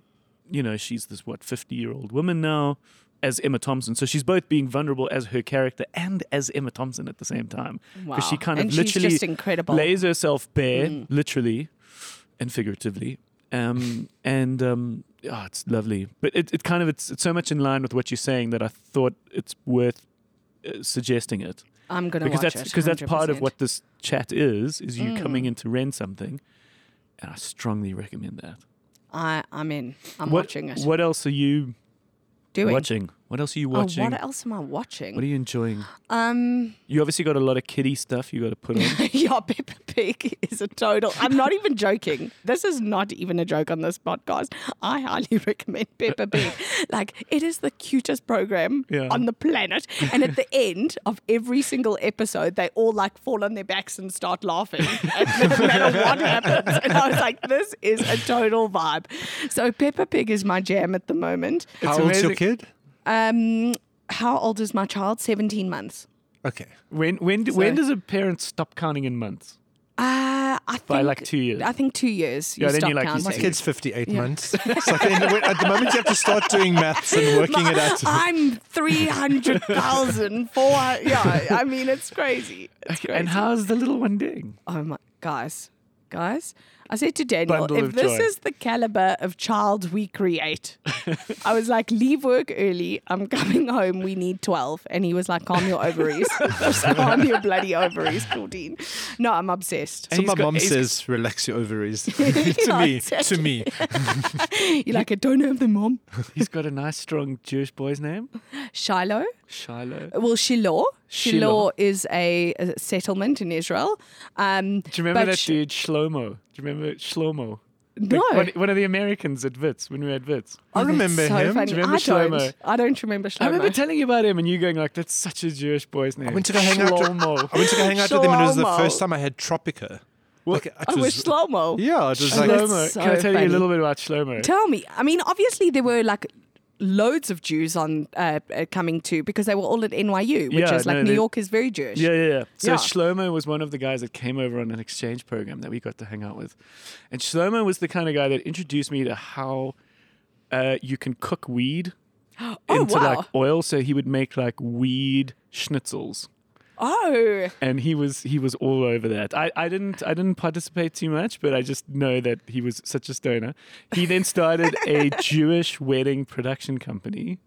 Speaker 1: you know, she's this what fifty year old woman now. As Emma Thompson, so she's both being vulnerable as her character and as Emma Thompson at the same time,
Speaker 3: Wow.
Speaker 1: she kind of
Speaker 3: and
Speaker 1: literally
Speaker 3: she's just incredible.
Speaker 1: lays herself bare,
Speaker 3: Mm.
Speaker 1: literally and figuratively. Um, and um, ah, it's lovely. But it, it kind of it's, it's so much in line with what you're saying that I thought it's worth uh, suggesting it
Speaker 3: I'm going to
Speaker 1: because that's
Speaker 3: watch it. Mm.
Speaker 1: because that's part of
Speaker 3: 100%.
Speaker 1: what this chat is is you coming in to rent something, and I strongly recommend that.
Speaker 3: I, I'm in. I'm
Speaker 1: what,
Speaker 3: watching it.
Speaker 1: What else are you
Speaker 3: Doing?
Speaker 1: watching? What else are you
Speaker 3: Oh,
Speaker 1: watching?
Speaker 3: what else am I watching?
Speaker 1: what are you enjoying?
Speaker 3: um,
Speaker 1: You obviously got a lot of kiddie stuff you got to put on.
Speaker 3: yeah, Peppa Pig is a total. I'm not even joking. This is not even a joke on this podcast. I highly recommend Peppa Pig. Like, it is the cutest program
Speaker 1: Yeah.
Speaker 3: on the planet. And at the end of every single episode, they all like fall on their backs and start laughing. It doesn't matter what happens. And I was like, this is a total vibe. So Peppa Pig is my jam at the moment.
Speaker 4: How old's your
Speaker 1: amazing.
Speaker 4: kid?
Speaker 3: Um, how old is my child? 17 months.
Speaker 4: Okay.
Speaker 1: When when when
Speaker 3: So-
Speaker 1: does a parent stop counting in months?
Speaker 3: Uh, I think
Speaker 1: By, like, two years.
Speaker 3: I think two years. You
Speaker 1: Yeah, then
Speaker 3: stop
Speaker 1: you're like, you
Speaker 3: counting.
Speaker 4: My
Speaker 1: So-
Speaker 4: kid's 58 months. It's like in- at the moment, you have to start doing maths and working it out.
Speaker 3: I'm 300,000 for yeah, I mean it's crazy. It's crazy.
Speaker 1: And how's the little one doing?
Speaker 3: Oh my guys. Guys, I said to Daniel,
Speaker 1: Bundle
Speaker 3: if
Speaker 1: of
Speaker 3: this
Speaker 1: joy.
Speaker 3: is the caliber of child we create, I was like, leave work early. I'm coming home. We need 12. And he was like, calm your ovaries. Just calm your bloody ovaries, Claudine. No, I'm obsessed.
Speaker 4: So
Speaker 1: he's
Speaker 4: my
Speaker 1: got-
Speaker 4: mom
Speaker 1: he's-
Speaker 4: says, relax your ovaries. to me, to me.
Speaker 3: You're like, I don't have them, mom.
Speaker 1: He's got a nice, strong Jewish boy's name,
Speaker 3: Shiloh.
Speaker 1: Shiloh. Do
Speaker 3: Well, Shiloh. Shiloh,
Speaker 1: Shiloh.
Speaker 3: is a, a settlement in Israel. Um,
Speaker 1: you remember
Speaker 3: but
Speaker 1: that
Speaker 3: sh-
Speaker 1: dude Shlomo? Do you remember Shlomo? The-
Speaker 3: No.
Speaker 1: One, one of the Americans at Vits when we were at Vits.
Speaker 4: I
Speaker 3: Oh, that's
Speaker 4: remember
Speaker 3: so
Speaker 4: him.
Speaker 3: funny.
Speaker 1: Do you remember
Speaker 3: I don't.
Speaker 1: Shlomo?
Speaker 3: I don't remember Shlomo.
Speaker 1: I remember telling you about him and you going like, "That's such a Jewish boy's name."
Speaker 4: I went to go hang out. With,
Speaker 1: Shlomo.
Speaker 4: I went to go hang out with him, and it was the
Speaker 3: Shlomo.
Speaker 4: first time I had Tropica. Like, it
Speaker 3: I was
Speaker 4: was-
Speaker 3: Shlomo.
Speaker 4: Yeah, it was
Speaker 3: Shlomo.
Speaker 4: like
Speaker 1: Shlomo.
Speaker 3: That's
Speaker 1: Can I
Speaker 3: so
Speaker 1: tell you
Speaker 3: funny.
Speaker 1: a little bit about Shlomo?
Speaker 3: Tell me. I mean, obviously there were like loads of Jews on uh, uh, coming to because they were all at NYU, which
Speaker 1: Yeah,
Speaker 3: is like
Speaker 1: no,
Speaker 3: New
Speaker 1: they-
Speaker 3: York is very Jewish.
Speaker 1: Yeah, yeah, yeah. So
Speaker 3: Yeah.
Speaker 1: Shlomo was one of the guys that came over on an exchange program that we got to hang out with. And Shlomo was the kind of guy that introduced me to how uh, you can cook weed into
Speaker 3: Oh, wow.
Speaker 1: like oil. So he would make like weed schnitzels.
Speaker 3: Oh,
Speaker 1: And he was he was all over that. I, I didn't I didn't participate too much, but I just know that he was such a stoner. He then started a Jewish wedding production company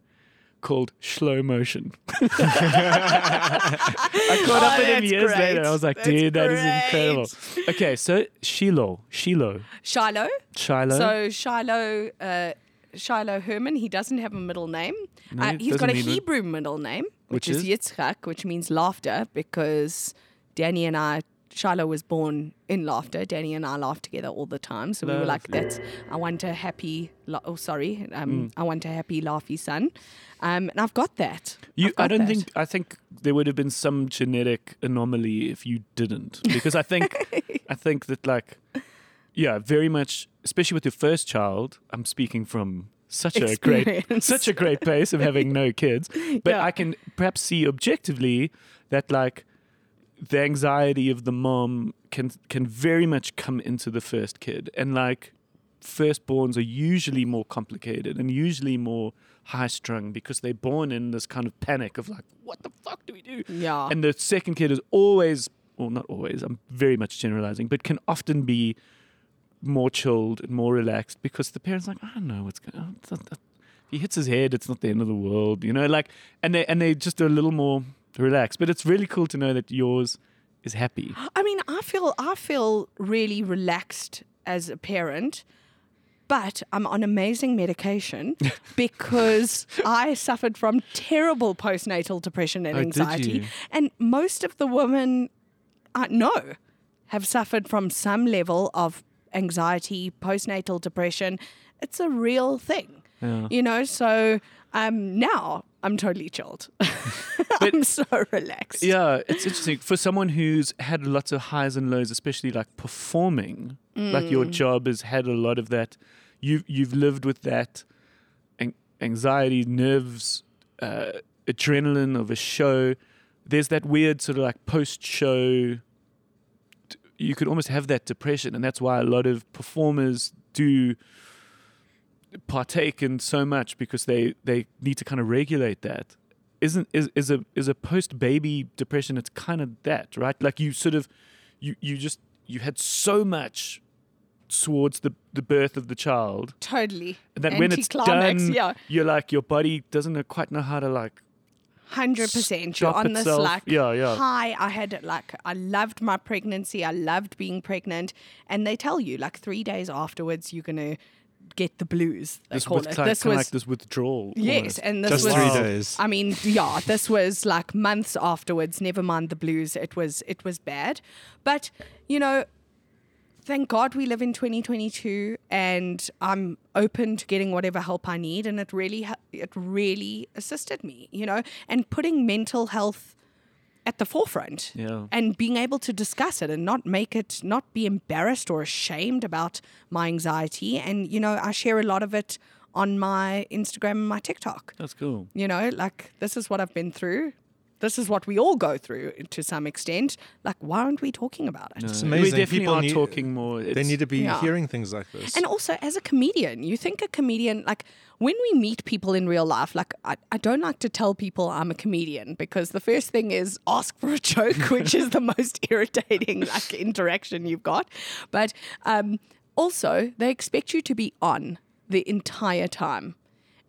Speaker 1: called Slow Motion. I caught up
Speaker 3: Oh,
Speaker 1: with him
Speaker 3: that's
Speaker 1: years
Speaker 3: great.
Speaker 1: later. I was like,
Speaker 3: That's
Speaker 1: dude, that is
Speaker 3: great.
Speaker 1: incredible. Okay, so Shiloh, Shiloh,
Speaker 3: Shiloh.
Speaker 1: Shiloh.
Speaker 3: So Shiloh, uh, Shiloh Herman. He doesn't have a middle name.
Speaker 1: No,
Speaker 3: uh, he's got
Speaker 1: doesn't
Speaker 3: a
Speaker 1: need one.
Speaker 3: Hebrew middle name,
Speaker 1: Which
Speaker 3: which, is, Yitzchak, which means laughter, because Danny and I. Shiloh was born in laughter. Danny and I laughed together all the time, so we were like,
Speaker 1: Lovely.
Speaker 3: "That's I want a happy, la- oh sorry,
Speaker 1: Mm.
Speaker 3: um, I want a happy, laughy son," um, and I've got that.
Speaker 1: you,
Speaker 3: I've
Speaker 1: I
Speaker 3: got
Speaker 1: don't
Speaker 3: that.
Speaker 1: think I think there would have been some genetic anomaly if you didn't, because I think I think that like, yeah, very much, especially with your first child. I'm speaking from such a great
Speaker 3: Experience.
Speaker 1: such a great place of having no kids, but
Speaker 3: Yeah.
Speaker 1: I can perhaps see objectively that like the anxiety of the mom can can very much come into the first kid and like firstborns are usually more complicated and usually more high strung because they're born in this kind of panic of like what the fuck do we do
Speaker 3: Yeah.
Speaker 1: and the second kid is always well not always i'm very much generalizing but can often be more chilled and more relaxed because the parents like I don't know what's going on. It's not- that- If he hits his head, it's not the end of the world, you know. Like, and they and they just are a little more relaxed. But it's really cool to know that yours is happy.
Speaker 3: I mean, I feel I feel really relaxed as a parent, but I'm on amazing medication because I suffered from terrible postnatal depression and
Speaker 1: Oh, did
Speaker 3: anxiety,
Speaker 1: you?
Speaker 3: and most of the women I know have suffered from some level of anxiety, postnatal depression. It's a real thing,
Speaker 1: Yeah.
Speaker 3: you know. So um, now I'm totally chilled. I'm so relaxed.
Speaker 1: Yeah, it's interesting for someone who's had lots of highs and lows, especially like performing. Like your job has had a lot of that. You've you've lived with that an- anxiety, nerves, uh, adrenaline of a show. There's that weird sort of like post-show. d- You could almost have that depression, and that's why a lot of performers do partake in so much because they they need to kind of regulate that isn't is, is a is a post baby depression it's kind of that right like you sort of you you just you had so much towards the the birth of the child
Speaker 3: Totally.
Speaker 1: and that when it's
Speaker 3: Anticlimax,
Speaker 1: done
Speaker 3: yeah.
Speaker 1: you're like your body doesn't quite know how to like
Speaker 3: hundred percent. You're
Speaker 1: Stop
Speaker 3: on this
Speaker 1: itself.
Speaker 3: like
Speaker 1: Yeah, yeah.
Speaker 3: high. I had it like I loved my pregnancy. I loved being pregnant, and they tell you like three days afterwards you're gonna get the blues. They
Speaker 1: this
Speaker 3: call
Speaker 1: was
Speaker 3: it.
Speaker 1: kind
Speaker 3: This
Speaker 1: of like
Speaker 3: was
Speaker 1: this withdrawal
Speaker 3: yes,
Speaker 1: almost.
Speaker 3: and this
Speaker 4: Just
Speaker 3: was
Speaker 4: three days.
Speaker 3: I mean, yeah, this was like months afterwards. Never mind the blues. It was it was bad, but you know, thank God we live in 2022, and I'm open to getting whatever help I need, and it really hel- it really assisted me, you know, and putting mental health at the forefront
Speaker 1: Yeah.
Speaker 3: and being able to discuss it and not make it not be embarrassed or ashamed about my anxiety and you know i share a lot of it on my instagram and my tiktok
Speaker 1: that's cool
Speaker 3: you know, like this is what I've been through. This is what we all go through to some extent. Like, why aren't we talking about it?
Speaker 4: It's
Speaker 1: we
Speaker 4: amazing.
Speaker 1: definitely
Speaker 4: People
Speaker 1: are
Speaker 4: need-
Speaker 1: talking more
Speaker 4: They
Speaker 1: It's-
Speaker 4: need to be
Speaker 3: Yeah.
Speaker 4: hearing things like this.
Speaker 3: And also, as a comedian, you think a comedian, like when we meet people in real life, like I, I don't like to tell people I'm a comedian because the first thing is ask for a joke, which is the most irritating like interaction you've got. But um, also, they expect you to be on the entire time.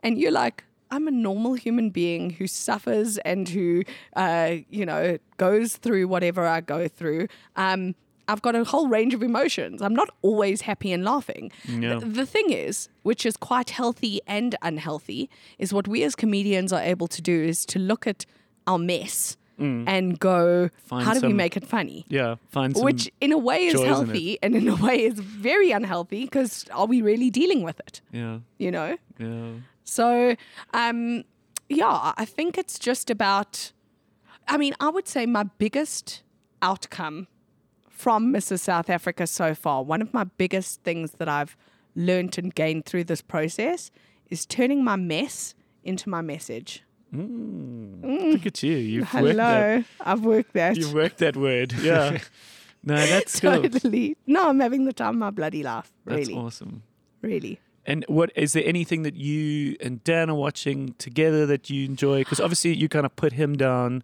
Speaker 3: And you're like, I'm a normal human being who suffers and who, uh, you know, goes through whatever I go through. Um, I've got a whole range of emotions. I'm not always happy and laughing.
Speaker 1: Yeah.
Speaker 3: The, the thing is, which is quite healthy and unhealthy, is what we as comedians are able to do is to look at our mess and go,
Speaker 1: Mm. Find
Speaker 3: how do we
Speaker 1: some-
Speaker 3: make it funny?
Speaker 1: yeah find some
Speaker 3: Which, in a way, is
Speaker 1: joy, isn't it?
Speaker 3: healthy and in a way is very unhealthy because are we really dealing with it?
Speaker 1: yeah
Speaker 3: You know?
Speaker 1: yeah
Speaker 3: So, um, yeah, I think it's just about. I mean, I would say my biggest outcome from Mrs. South Africa so far, one of my biggest things that I've learnt and gained through this process is turning my mess into my message.
Speaker 1: Mm. Look at you. You've worked that.
Speaker 3: Hello, I've worked that.
Speaker 1: You've worked that word. Yeah. no, that's cool.
Speaker 3: totally. No, I'm having the time of my bloody life. Really,
Speaker 1: That's awesome.
Speaker 3: really.
Speaker 1: And what is there anything that you and Dan are watching together that you enjoy? Because obviously you kind of put him down.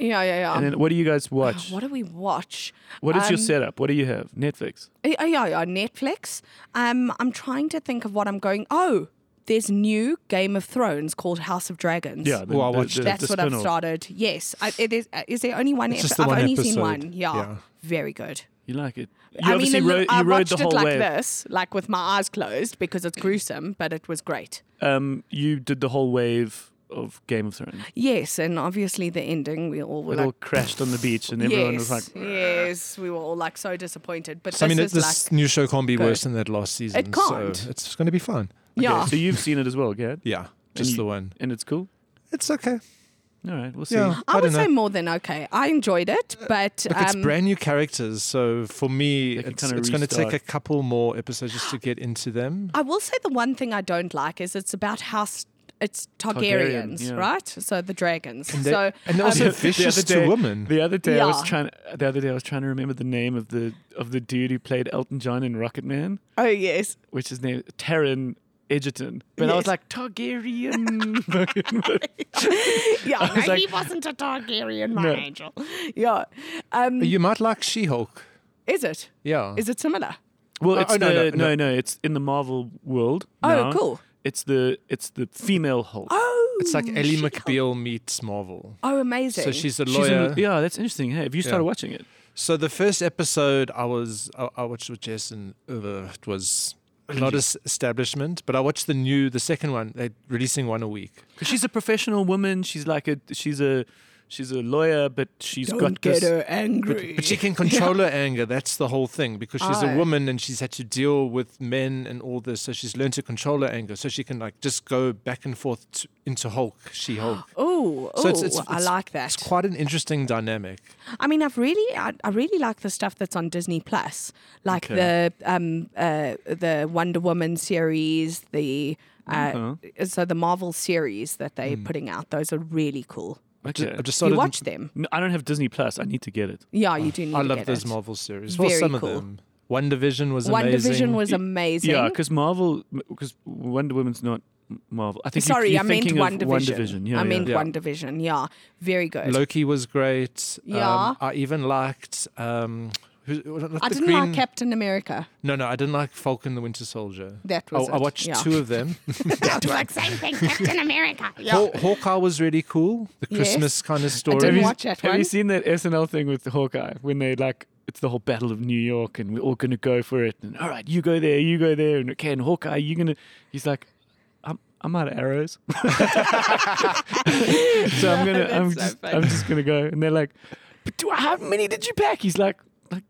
Speaker 3: Yeah, yeah, yeah.
Speaker 1: And then what do you guys watch?
Speaker 3: Um, what do we watch?
Speaker 1: what is your
Speaker 3: Um,
Speaker 1: setup? What do you have? Netflix.
Speaker 3: Eh, eh, Yeah, yeah, Netflix. Um, I'm trying to think of what I'm going. Oh, there's new Game of Thrones called House of Dragons.
Speaker 1: Yeah.
Speaker 4: Oh, I watched it.
Speaker 3: that's what I've
Speaker 1: spin-off.
Speaker 3: started. Yes, I, it is. uh, Is there only one?
Speaker 4: It's just
Speaker 3: epi-
Speaker 4: the
Speaker 3: I've
Speaker 4: one
Speaker 3: only seen
Speaker 4: episode.
Speaker 3: one. Yeah,
Speaker 4: Yeah.
Speaker 3: very good.
Speaker 1: You like it? You
Speaker 3: I mean,
Speaker 1: obviously
Speaker 3: it lo-
Speaker 1: rode,
Speaker 3: I
Speaker 1: you rode
Speaker 3: watched
Speaker 1: the whole
Speaker 3: it like
Speaker 1: wave.
Speaker 3: this, like with my eyes closed because it's gruesome, but it was great.
Speaker 1: Um, you did the whole wave of Game of Thrones.
Speaker 3: Yes, and obviously the ending, we all were
Speaker 1: It all
Speaker 3: like,
Speaker 1: crashed on the beach, and everyone
Speaker 3: yes,
Speaker 1: was like,
Speaker 3: yes, we were all like so disappointed. But
Speaker 4: So, I mean,
Speaker 3: this
Speaker 4: this
Speaker 3: is like,
Speaker 4: new show can't be
Speaker 3: good.
Speaker 4: worse than that last season.
Speaker 3: It can't.
Speaker 4: So it's going to be fun.
Speaker 3: yeah,
Speaker 1: So you've seen it as well, Gad?
Speaker 4: Yeah, just
Speaker 1: you-
Speaker 4: the one.
Speaker 1: And it's cool.
Speaker 4: It's okay.
Speaker 1: All right, we'll see.
Speaker 4: Yeah, I,
Speaker 3: I would
Speaker 4: don't know.
Speaker 3: say more than okay. I enjoyed it, but
Speaker 4: Look, it's
Speaker 3: um,
Speaker 4: brand new characters, so for me,
Speaker 1: They can
Speaker 4: it's,
Speaker 1: kinda
Speaker 4: it's going to take
Speaker 1: restart.
Speaker 4: a couple more episodes just to get into them.
Speaker 3: I will say the one thing I don't like is it's about house. It's
Speaker 1: Targaryen,
Speaker 3: Targaryens,
Speaker 1: yeah.
Speaker 3: right? So the dragons.
Speaker 4: And they-
Speaker 3: so
Speaker 4: and they're also
Speaker 3: um,
Speaker 4: vicious
Speaker 1: other
Speaker 4: to
Speaker 1: day-
Speaker 4: women.
Speaker 1: The other day I was
Speaker 3: Yeah.
Speaker 1: trying. The other day I was trying to remember the name of the of the dude who played Elton John in Rocket Man,
Speaker 3: oh yes,
Speaker 1: which is named Taron Egerton. But I was
Speaker 3: Yes.
Speaker 1: like Targaryen. Fucking-
Speaker 3: yeah.
Speaker 1: was
Speaker 3: no,
Speaker 1: like-
Speaker 3: he wasn't a Targaryen, my
Speaker 1: No.
Speaker 3: angel. Yeah. Um,
Speaker 4: you might like She-Hulk.
Speaker 3: is it?
Speaker 4: Yeah.
Speaker 3: Is it similar?
Speaker 1: well,
Speaker 4: Oh,
Speaker 1: it's
Speaker 4: oh, no,
Speaker 1: the, no,
Speaker 4: no,
Speaker 1: no, It's in the Marvel world.
Speaker 3: Oh,
Speaker 1: now.
Speaker 3: cool.
Speaker 1: It's the it's the female Hulk.
Speaker 3: Oh,
Speaker 4: It's like Ellie McBeal meets Marvel.
Speaker 3: Oh, amazing.
Speaker 4: So she's a
Speaker 1: She's in-
Speaker 4: lawyer.
Speaker 1: yeah, that's interesting. Hey, have you started
Speaker 4: Yeah.
Speaker 1: watching it?
Speaker 4: So the first episode I was I, I watched with Jason. Uh, it was a lot of s- establishment, but I watched the new the second one. They're releasing one a week.
Speaker 1: Because she's a professional woman. She's like a she's a she's a lawyer, but she's got this.
Speaker 3: her angry.
Speaker 4: But she can control her anger. That's the whole thing because she's
Speaker 3: Oh.
Speaker 4: a woman and she's had to deal with men and all this. So she's learned to control her anger. So she can like just go back and forth to, into Hulk, she Hulk.
Speaker 3: Oh,
Speaker 4: So it's- it's-
Speaker 3: I
Speaker 4: it's-
Speaker 3: like
Speaker 4: It's
Speaker 3: that.
Speaker 4: quite an interesting dynamic.
Speaker 3: I mean, I've really, I, I really like the stuff that's on Disney Plus, like
Speaker 4: Okay.
Speaker 3: the um, uh, the Wonder Woman series, the uh,
Speaker 4: Uh-huh.
Speaker 3: so the Marvel series that they're
Speaker 4: Hmm.
Speaker 3: putting out. Those are really cool.
Speaker 4: Ju-
Speaker 1: Okay.
Speaker 4: I've just
Speaker 3: Do
Speaker 4: started.
Speaker 3: you watch them?
Speaker 1: No, I don't have Disney Plus. I need to get it.
Speaker 3: Yeah, you do. Need
Speaker 4: I
Speaker 3: to
Speaker 4: love
Speaker 3: get
Speaker 4: those
Speaker 3: it.
Speaker 4: Marvel series. Well,
Speaker 3: Very
Speaker 4: some
Speaker 3: cool.
Speaker 4: of them. One Division was
Speaker 3: One
Speaker 4: amazing.
Speaker 3: Division was amazing.
Speaker 1: Yeah, because Marvel, because Wonder Woman's not M- Marvel. I think. you-
Speaker 3: Sorry,
Speaker 1: you're
Speaker 3: I meant
Speaker 1: thinking
Speaker 3: One
Speaker 1: of
Speaker 3: Division.
Speaker 1: One Division. Yeah,
Speaker 3: I
Speaker 1: yeah.
Speaker 3: meant
Speaker 4: Yeah.
Speaker 3: One Division. Yeah, very good.
Speaker 4: Loki was great.
Speaker 3: Yeah.
Speaker 4: Um, I even liked. Um, who- not
Speaker 3: I
Speaker 4: the
Speaker 3: didn't
Speaker 4: green,
Speaker 3: like Captain America.
Speaker 4: No, no, I didn't like Falcon the Winter Soldier.
Speaker 3: That
Speaker 4: I-
Speaker 3: was
Speaker 4: Oh, I,
Speaker 3: it,
Speaker 4: watched
Speaker 3: yeah.
Speaker 4: two of them.
Speaker 3: That was like same thing, Captain America. Yeah.
Speaker 4: Haw- Hawkeye was really cool. The
Speaker 3: Yes.
Speaker 4: Christmas kind of story.
Speaker 3: didn't
Speaker 1: Have you-
Speaker 3: watch that
Speaker 1: Have
Speaker 3: one.
Speaker 1: you seen that SNL thing with Hawkeye when they like? It's the whole Battle of New York, and we're all gonna go for it. And all right, you go there, you go there, and okay, and Hawkeye, you gonna? He's like, I'm I'm out of arrows, so I'm gonna I'm
Speaker 3: That's so
Speaker 1: just
Speaker 3: funny.
Speaker 1: I'm just gonna go. And they're like, but do I, how many did you pack? He's like, like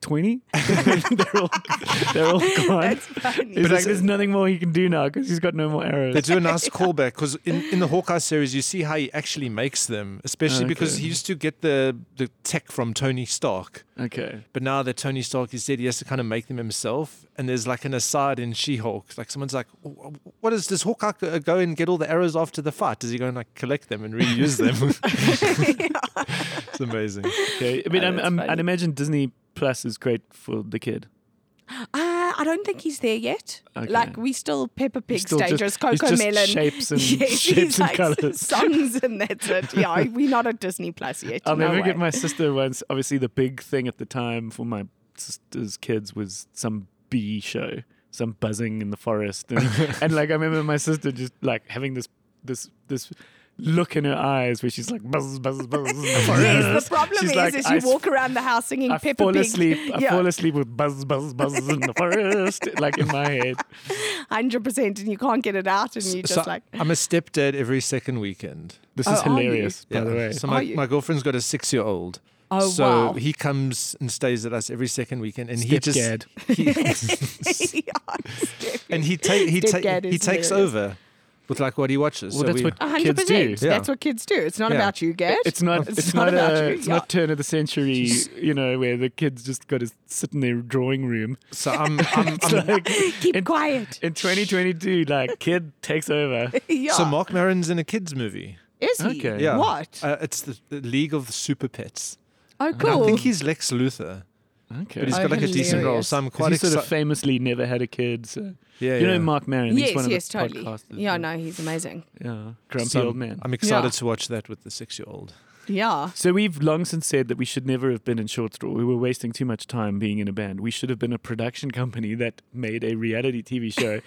Speaker 1: twenty. they're all they're all gone.
Speaker 3: That's funny.
Speaker 1: He's like,
Speaker 4: But it's-
Speaker 1: there's nothing more he can do now because he's got no more
Speaker 4: They
Speaker 1: arrows.
Speaker 4: do a nice callback because in, in the Hawkeye series, you see how he actually makes them, especially because
Speaker 1: Okay.
Speaker 4: he used to get the, the tech from Tony Stark.
Speaker 1: Okay.
Speaker 4: But now that Tony Stark is dead, he has to kind of make them himself. And there's like an aside in She Hulk. Like someone's like, "Wh- wh- what is, does Hawkeye go- go and get all the arrows after the fight? Does he go and like collect them and reuse them? it's amazing.
Speaker 1: Okay. I mean, I'm,
Speaker 3: that's
Speaker 1: I'm,
Speaker 3: funny.
Speaker 1: I'd imagine Disney Plus is great for the kid.
Speaker 3: Uh, I don't think he's there yet.
Speaker 1: Okay.
Speaker 3: Like we still Peppa Pig
Speaker 1: still just-
Speaker 3: stages, Coco
Speaker 1: it's just
Speaker 3: Melon
Speaker 1: shapes and-
Speaker 3: Yes,
Speaker 1: shapes
Speaker 3: he's
Speaker 1: and
Speaker 3: like
Speaker 1: colours.
Speaker 3: songs and that's it. Yeah, we're not at Disney Plus yet.
Speaker 1: I'll
Speaker 3: no
Speaker 1: never
Speaker 3: way.
Speaker 1: get my sister once. Obviously, the big thing at the time for my sister's kids was some bee show, some buzzing in the forest, and, and like I remember my sister just like having this this this look in her eyes where she's like buzz buzz buzz.
Speaker 3: Yes, the problem
Speaker 1: She's
Speaker 3: is,
Speaker 1: like,
Speaker 3: is
Speaker 1: I
Speaker 3: you
Speaker 1: f-
Speaker 3: walk around the house singing
Speaker 1: I
Speaker 3: Peppa
Speaker 1: fall
Speaker 3: Pig.
Speaker 1: asleep. I
Speaker 3: yeah,
Speaker 1: fall asleep with buzz, buzz, buzz in the forest, like in my head.
Speaker 3: hundred percent, and you can't get it out, and you just
Speaker 4: So
Speaker 3: like.
Speaker 4: I'm a stepdad every second weekend.
Speaker 1: This is
Speaker 3: Oh, are you?
Speaker 1: hilarious, by the way.
Speaker 4: So
Speaker 3: Are
Speaker 4: my,
Speaker 3: you?
Speaker 4: my girlfriend's got a six year old.
Speaker 3: Oh,
Speaker 4: so
Speaker 3: wow.
Speaker 4: he comes and stays at us every second weekend, and he
Speaker 1: Stepdad.
Speaker 4: just he,
Speaker 3: Yeah, it's
Speaker 4: and he take he, ta-
Speaker 3: Stepdad
Speaker 4: he
Speaker 3: is
Speaker 4: takes
Speaker 3: hilarious.
Speaker 4: over. with like what he watches.
Speaker 5: Well,
Speaker 4: so
Speaker 5: that's
Speaker 4: we,
Speaker 5: what
Speaker 3: A hundred
Speaker 5: kids do.
Speaker 3: percent.
Speaker 4: Yeah.
Speaker 3: That's what kids do. It's not
Speaker 4: Yeah.
Speaker 3: about you, Gad.
Speaker 1: It's not. It's, not,
Speaker 3: about
Speaker 1: a.
Speaker 3: you.
Speaker 1: It's
Speaker 3: Yeah.
Speaker 1: not turn of the century. You know, where the kids just got to sit in their drawing room.
Speaker 4: so I'm, I'm,
Speaker 1: It's like
Speaker 3: Keep
Speaker 1: in,
Speaker 3: quiet.
Speaker 1: in 2022, like kid takes over.
Speaker 3: yeah.
Speaker 4: so Mark Maron's in a kids movie.
Speaker 3: Is he?
Speaker 1: Okay.
Speaker 4: Yeah,
Speaker 3: What?
Speaker 4: Uh, it's the, the League of Super Pets.
Speaker 3: oh,
Speaker 4: And I
Speaker 3: cool.
Speaker 4: think he's Lex Luthor,
Speaker 1: Okay.
Speaker 4: but he's
Speaker 3: Oh,
Speaker 4: got like a decent role.
Speaker 3: hilarious.
Speaker 4: So I'm
Speaker 1: 'Cause
Speaker 4: quite
Speaker 1: he sort
Speaker 4: excited.
Speaker 1: of famously never had a kid. So.
Speaker 4: yeah,
Speaker 1: You
Speaker 4: yeah.
Speaker 1: know Mark Maron. he's
Speaker 3: yes,
Speaker 1: one
Speaker 3: yes,
Speaker 1: of the
Speaker 3: totally.
Speaker 1: podcasters.
Speaker 3: Yeah, no, he's amazing.
Speaker 1: Yeah, grumpy
Speaker 4: So
Speaker 1: old man.
Speaker 4: I'm excited
Speaker 3: Yeah.
Speaker 4: to watch that with the six-year-old.
Speaker 3: Yeah.
Speaker 1: So we've long since said that we should never have been in short straw. We were wasting too much time being in a band. We should have been a production company that made a reality TV show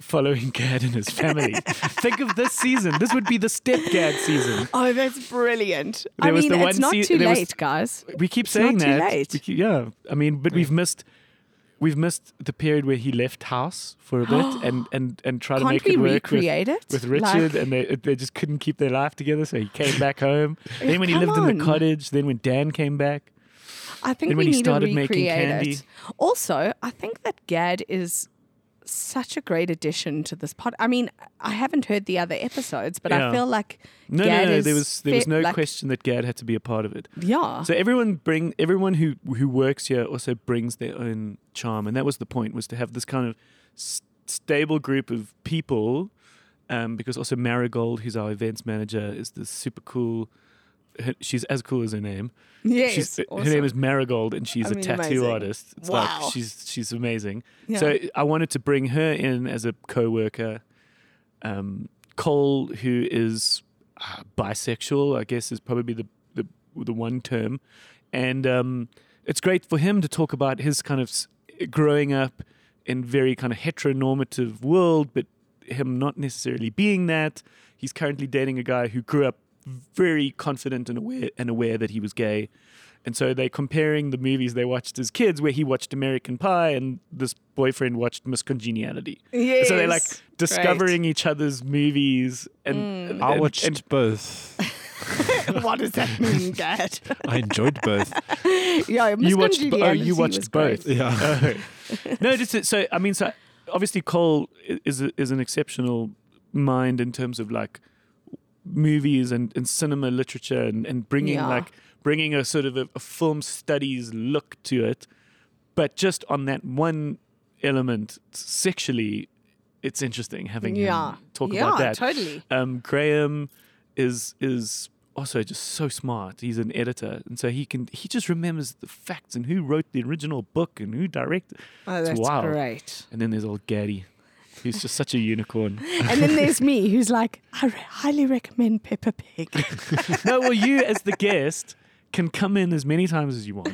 Speaker 1: following Gad and his family. Think of this season. This would be the step Gad season.
Speaker 3: Oh, that's brilliant. I
Speaker 1: There was
Speaker 3: mean,
Speaker 1: the
Speaker 3: it's
Speaker 1: one
Speaker 3: not
Speaker 1: se-
Speaker 3: too
Speaker 1: there was-
Speaker 3: late, guys.
Speaker 1: We keep
Speaker 3: not
Speaker 1: saying
Speaker 3: too
Speaker 1: that.
Speaker 3: late.
Speaker 1: We keep- yeah, I mean, but we've missed we've missed the period where he left house for a bit and and and try to
Speaker 3: Can't
Speaker 1: make
Speaker 3: we
Speaker 1: it work with-
Speaker 3: recreate it?
Speaker 1: with
Speaker 3: Like-
Speaker 1: Richard, and they they just couldn't keep their life together, so he came back home. then when he
Speaker 3: come
Speaker 1: lived in the
Speaker 3: on.
Speaker 1: cottage, then when Dan came back,
Speaker 3: I think
Speaker 1: And
Speaker 3: we
Speaker 1: when he
Speaker 3: need to
Speaker 1: started making
Speaker 3: recreate
Speaker 1: candy.
Speaker 3: it. Also, I think that Gad is such a great addition to this pod. I mean, I haven't heard the other episodes, but
Speaker 1: Yeah.
Speaker 3: I feel like
Speaker 1: no,
Speaker 3: Gad
Speaker 1: no, no,
Speaker 3: is
Speaker 1: there was there was
Speaker 3: fit-
Speaker 1: no
Speaker 3: like- Oh.
Speaker 1: question that Gad had to be a part of it.
Speaker 3: Yeah,
Speaker 1: So everyone bring everyone who who works here also brings their own charm, and that was the point was to have this kind of s- stable group of people. Um, because also Marigold, who's our events manager, is this super cool. her- She's as cool as her name.
Speaker 3: yes,
Speaker 1: She's,
Speaker 3: awesome.
Speaker 1: Her name is Marigold, and she's
Speaker 3: I mean,
Speaker 1: a tattoo
Speaker 3: amazing.
Speaker 1: artist. It's
Speaker 3: Wow.
Speaker 1: like she's she's amazing.
Speaker 3: Yeah.
Speaker 1: So I wanted to bring her in as a co-worker. Um, Cole, who is uh, bisexual, I guess is probably the the, the one term, and um, it's great for him to talk about his kind of s- growing up in very kind of heteronormative world, but him not necessarily being that. He's currently dating a guy who grew up very confident and aware and aware that he was gay. And so they're comparing the movies they watched as kids, where he watched American Pie and this boyfriend watched Miss Congeniality. And So they're like
Speaker 3: Yes.
Speaker 1: discovering each other's movies. And, and-
Speaker 4: I
Speaker 1: and-
Speaker 4: watched
Speaker 1: and
Speaker 4: both.
Speaker 3: what does that mean, Gad?
Speaker 4: I enjoyed both.
Speaker 3: yeah, Miss
Speaker 1: you watched. bo- Oh,
Speaker 3: Congeniality
Speaker 1: you
Speaker 3: was
Speaker 1: watched both.
Speaker 3: great.
Speaker 4: Yeah.
Speaker 1: Oh. no, just uh, so- so I mean, so obviously Cole i- is a, is an exceptional mind in terms of like movies and, and cinema literature and, and bringing
Speaker 3: Yeah.
Speaker 1: like bringing a sort of a, a film studies look to it, but just on that one element sexually, it's interesting having
Speaker 3: Yeah,
Speaker 1: him talk
Speaker 3: yeah,
Speaker 1: about that.
Speaker 3: totally.
Speaker 1: Um, Graham is is also just so smart. He's an editor, and so he can he just remembers the facts and who wrote the original book and who directed.
Speaker 3: Oh,
Speaker 1: It's
Speaker 3: that's
Speaker 1: wild.
Speaker 3: great.
Speaker 1: And then there's old Gaddy, who's just such a unicorn.
Speaker 3: And then there's me, who's like, I re- highly recommend Peppa Pig.
Speaker 1: no, well, you as the guest can come in as many times as you want.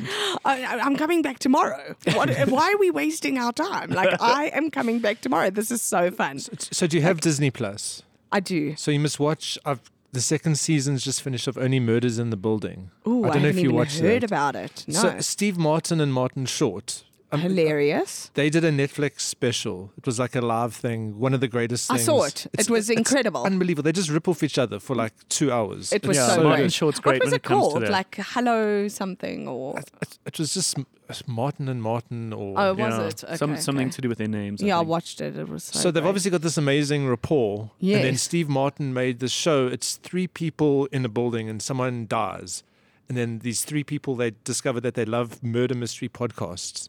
Speaker 3: I, I- I'm coming back tomorrow. What, why are we wasting our time? Like, I am coming back tomorrow. This is so fun.
Speaker 4: so do you have Disney Plus?
Speaker 3: I do.
Speaker 4: So you must watch. I've the second season's just finished of Only Murders in the Building.
Speaker 3: Ooh, I,
Speaker 4: I don't
Speaker 3: haven't
Speaker 4: know if you
Speaker 3: even
Speaker 4: watched
Speaker 3: heard
Speaker 4: that.
Speaker 3: about it. No,
Speaker 4: So Steve Martin and Martin Short. um,
Speaker 3: hilarious.
Speaker 4: They did a Netflix special. It was like a live thing. One of the greatest
Speaker 3: I
Speaker 4: things.
Speaker 3: saw it. It was incredible.
Speaker 4: Unbelievable. They just rip off each other for like two hours.
Speaker 3: It was
Speaker 1: Yeah,
Speaker 3: so
Speaker 1: Martin
Speaker 3: great.
Speaker 1: Short's
Speaker 3: what
Speaker 1: great
Speaker 3: was
Speaker 1: when it
Speaker 3: it,
Speaker 1: comes to
Speaker 3: called?
Speaker 1: that.
Speaker 3: Like hello something or
Speaker 4: It, it was just M- Martin and Martin or.
Speaker 3: oh was it? Okay,
Speaker 1: Some, something
Speaker 3: okay.
Speaker 1: to do with their names. I
Speaker 3: yeah, I
Speaker 1: think.
Speaker 3: watched it. It was so.
Speaker 4: So they've
Speaker 3: great.
Speaker 4: obviously got this amazing rapport. And then
Speaker 3: Yes.
Speaker 4: Steve Martin made this show. It's three people in a building and someone dies. And then these three people they discover that they love murder mystery podcasts.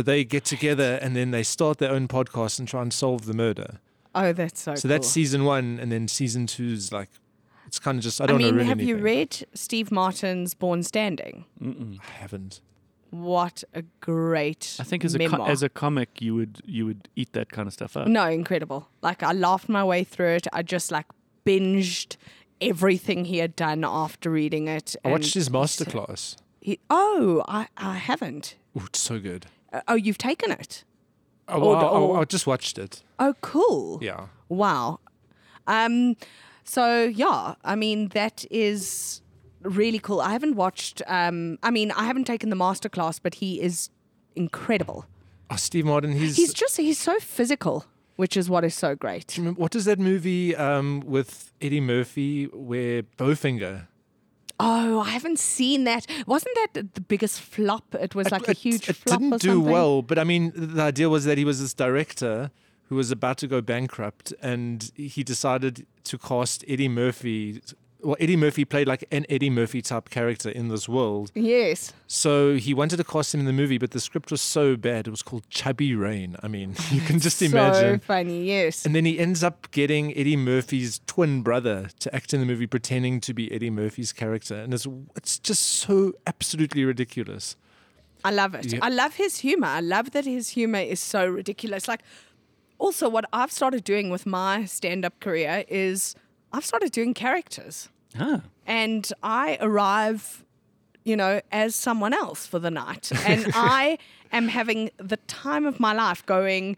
Speaker 4: they get together and then they start their own podcast and try and solve the murder.
Speaker 3: Oh, that's so.
Speaker 4: So that's
Speaker 3: cool.
Speaker 4: season one and then season two's like it's kind of just I
Speaker 3: I
Speaker 4: don't
Speaker 3: mean,
Speaker 4: know.
Speaker 3: have you read Steve Martin's Born Standing?
Speaker 4: I haven't.
Speaker 3: What a great.
Speaker 1: I think as a, co-
Speaker 3: memoir.
Speaker 1: as a comic, you would you would eat that kind of stuff up.
Speaker 3: No, incredible. Like I laughed my way through it. I just like binged everything he had done after reading it.
Speaker 4: I watched
Speaker 3: and
Speaker 4: his masterclass.
Speaker 3: he- oh, I, I haven't.
Speaker 4: Oh, it's so good.
Speaker 3: Uh, Oh, you've taken it.
Speaker 4: Oh,
Speaker 3: Or
Speaker 4: I,
Speaker 3: the-
Speaker 4: I-
Speaker 3: or-
Speaker 4: I just watched it.
Speaker 3: Oh, cool.
Speaker 4: Yeah.
Speaker 3: Wow. Um, so yeah, I mean that is really cool. I haven't watched. Um, I mean, I haven't taken the masterclass, but he is incredible.
Speaker 4: Oh, Steve Martin,
Speaker 3: He's just he's so physical, which is what is so great.
Speaker 4: Do you remember- What is that movie um, with Eddie Murphy where Bowfinger?
Speaker 3: Oh, I haven't seen that. Wasn't that the biggest flop? It was like a
Speaker 4: It-
Speaker 3: huge
Speaker 4: It
Speaker 3: flop.
Speaker 4: didn't
Speaker 3: or
Speaker 4: do
Speaker 3: something.
Speaker 4: well, but I mean, the idea was that he was this director who was about to go bankrupt, and he decided to cast Eddie Murphy. Well, Eddie Murphy played like an Eddie Murphy type character in this world.
Speaker 3: Yes.
Speaker 4: So he wanted to cast him in the movie, but the script was so bad. It was called Chubby Rain. I mean, you can just imagine.
Speaker 3: So funny. Yes.
Speaker 4: And then he ends up getting Eddie Murphy's twin brother to act in the movie, pretending to be Eddie Murphy's character, and it's it's just so absolutely ridiculous.
Speaker 3: I love it.
Speaker 4: Yeah.
Speaker 3: I love his humor. I love that his humor is so ridiculous. Like, also, what I've started doing with my stand up career is I've started doing characters.
Speaker 1: Ah,
Speaker 3: and I arrive, you know, as someone else for the night. And I am having the time of my life going,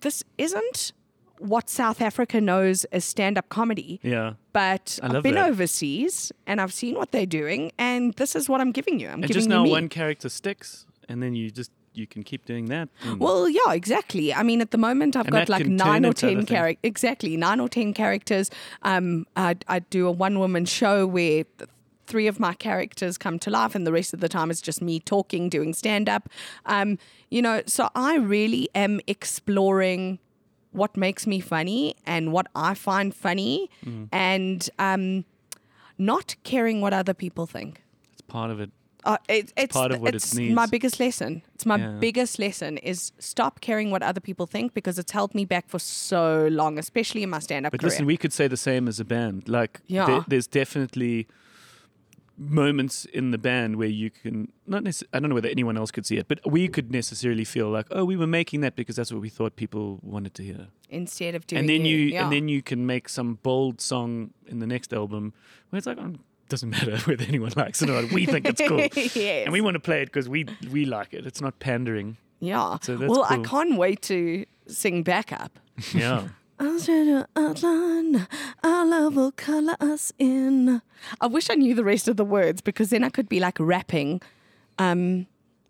Speaker 3: this isn't what South Africa knows as stand up comedy.
Speaker 1: yeah.
Speaker 3: But
Speaker 1: love
Speaker 3: I've been
Speaker 1: that.
Speaker 3: overseas and I've seen what they're doing, and this is what I'm giving you. I'm
Speaker 1: And
Speaker 3: giving
Speaker 1: just
Speaker 3: you
Speaker 1: now
Speaker 3: me.
Speaker 1: one character sticks, and then you just you can keep doing that. Mm. and-
Speaker 3: Well, yeah, exactly. I mean, at the moment, I've
Speaker 1: And
Speaker 3: got
Speaker 1: that
Speaker 3: like
Speaker 1: can
Speaker 3: nine
Speaker 1: turn into
Speaker 3: or
Speaker 1: other
Speaker 3: ten
Speaker 1: things.
Speaker 3: characters. Exactly, nine or ten characters. Um, I, I do a one-woman show where th- three of my characters come to life, and the rest of the time it's just me talking, doing stand-up. Um, you know, so I really am exploring what makes me funny and what I find funny,
Speaker 1: Mm.
Speaker 3: and um, not caring what other people think.
Speaker 1: it's part of it.
Speaker 3: Uh, it, it's
Speaker 1: part of what it
Speaker 3: it's
Speaker 1: needs.
Speaker 3: my biggest lesson. It's my
Speaker 1: Yeah.
Speaker 3: biggest lesson is stop caring what other people think because it's held me back for so long, especially in my stand-up
Speaker 1: But
Speaker 3: career.
Speaker 1: listen, we could say the same as a band. Like,
Speaker 3: Yeah.
Speaker 1: there- there's definitely moments in the band where you can not necessarily, I don't know whether anyone else could see it, but we could necessarily feel like, oh, we were making that because that's what we thought people wanted to hear.
Speaker 3: Instead of doing
Speaker 1: And then you,
Speaker 3: yeah.
Speaker 1: and then you can make some bold song in the next album where it's like, oh, doesn't matter whether anyone likes it or not. We think it's cool,
Speaker 3: Yes.
Speaker 1: and we want to play it because we we like it. It's not pandering.
Speaker 3: yeah.
Speaker 1: So that's
Speaker 3: well, I
Speaker 1: cool.
Speaker 3: can't wait to sing backup.
Speaker 1: Yeah.
Speaker 3: I'll show you outline. Our love will color us in. I wish I knew the rest of the words because then I could be like rapping. Um,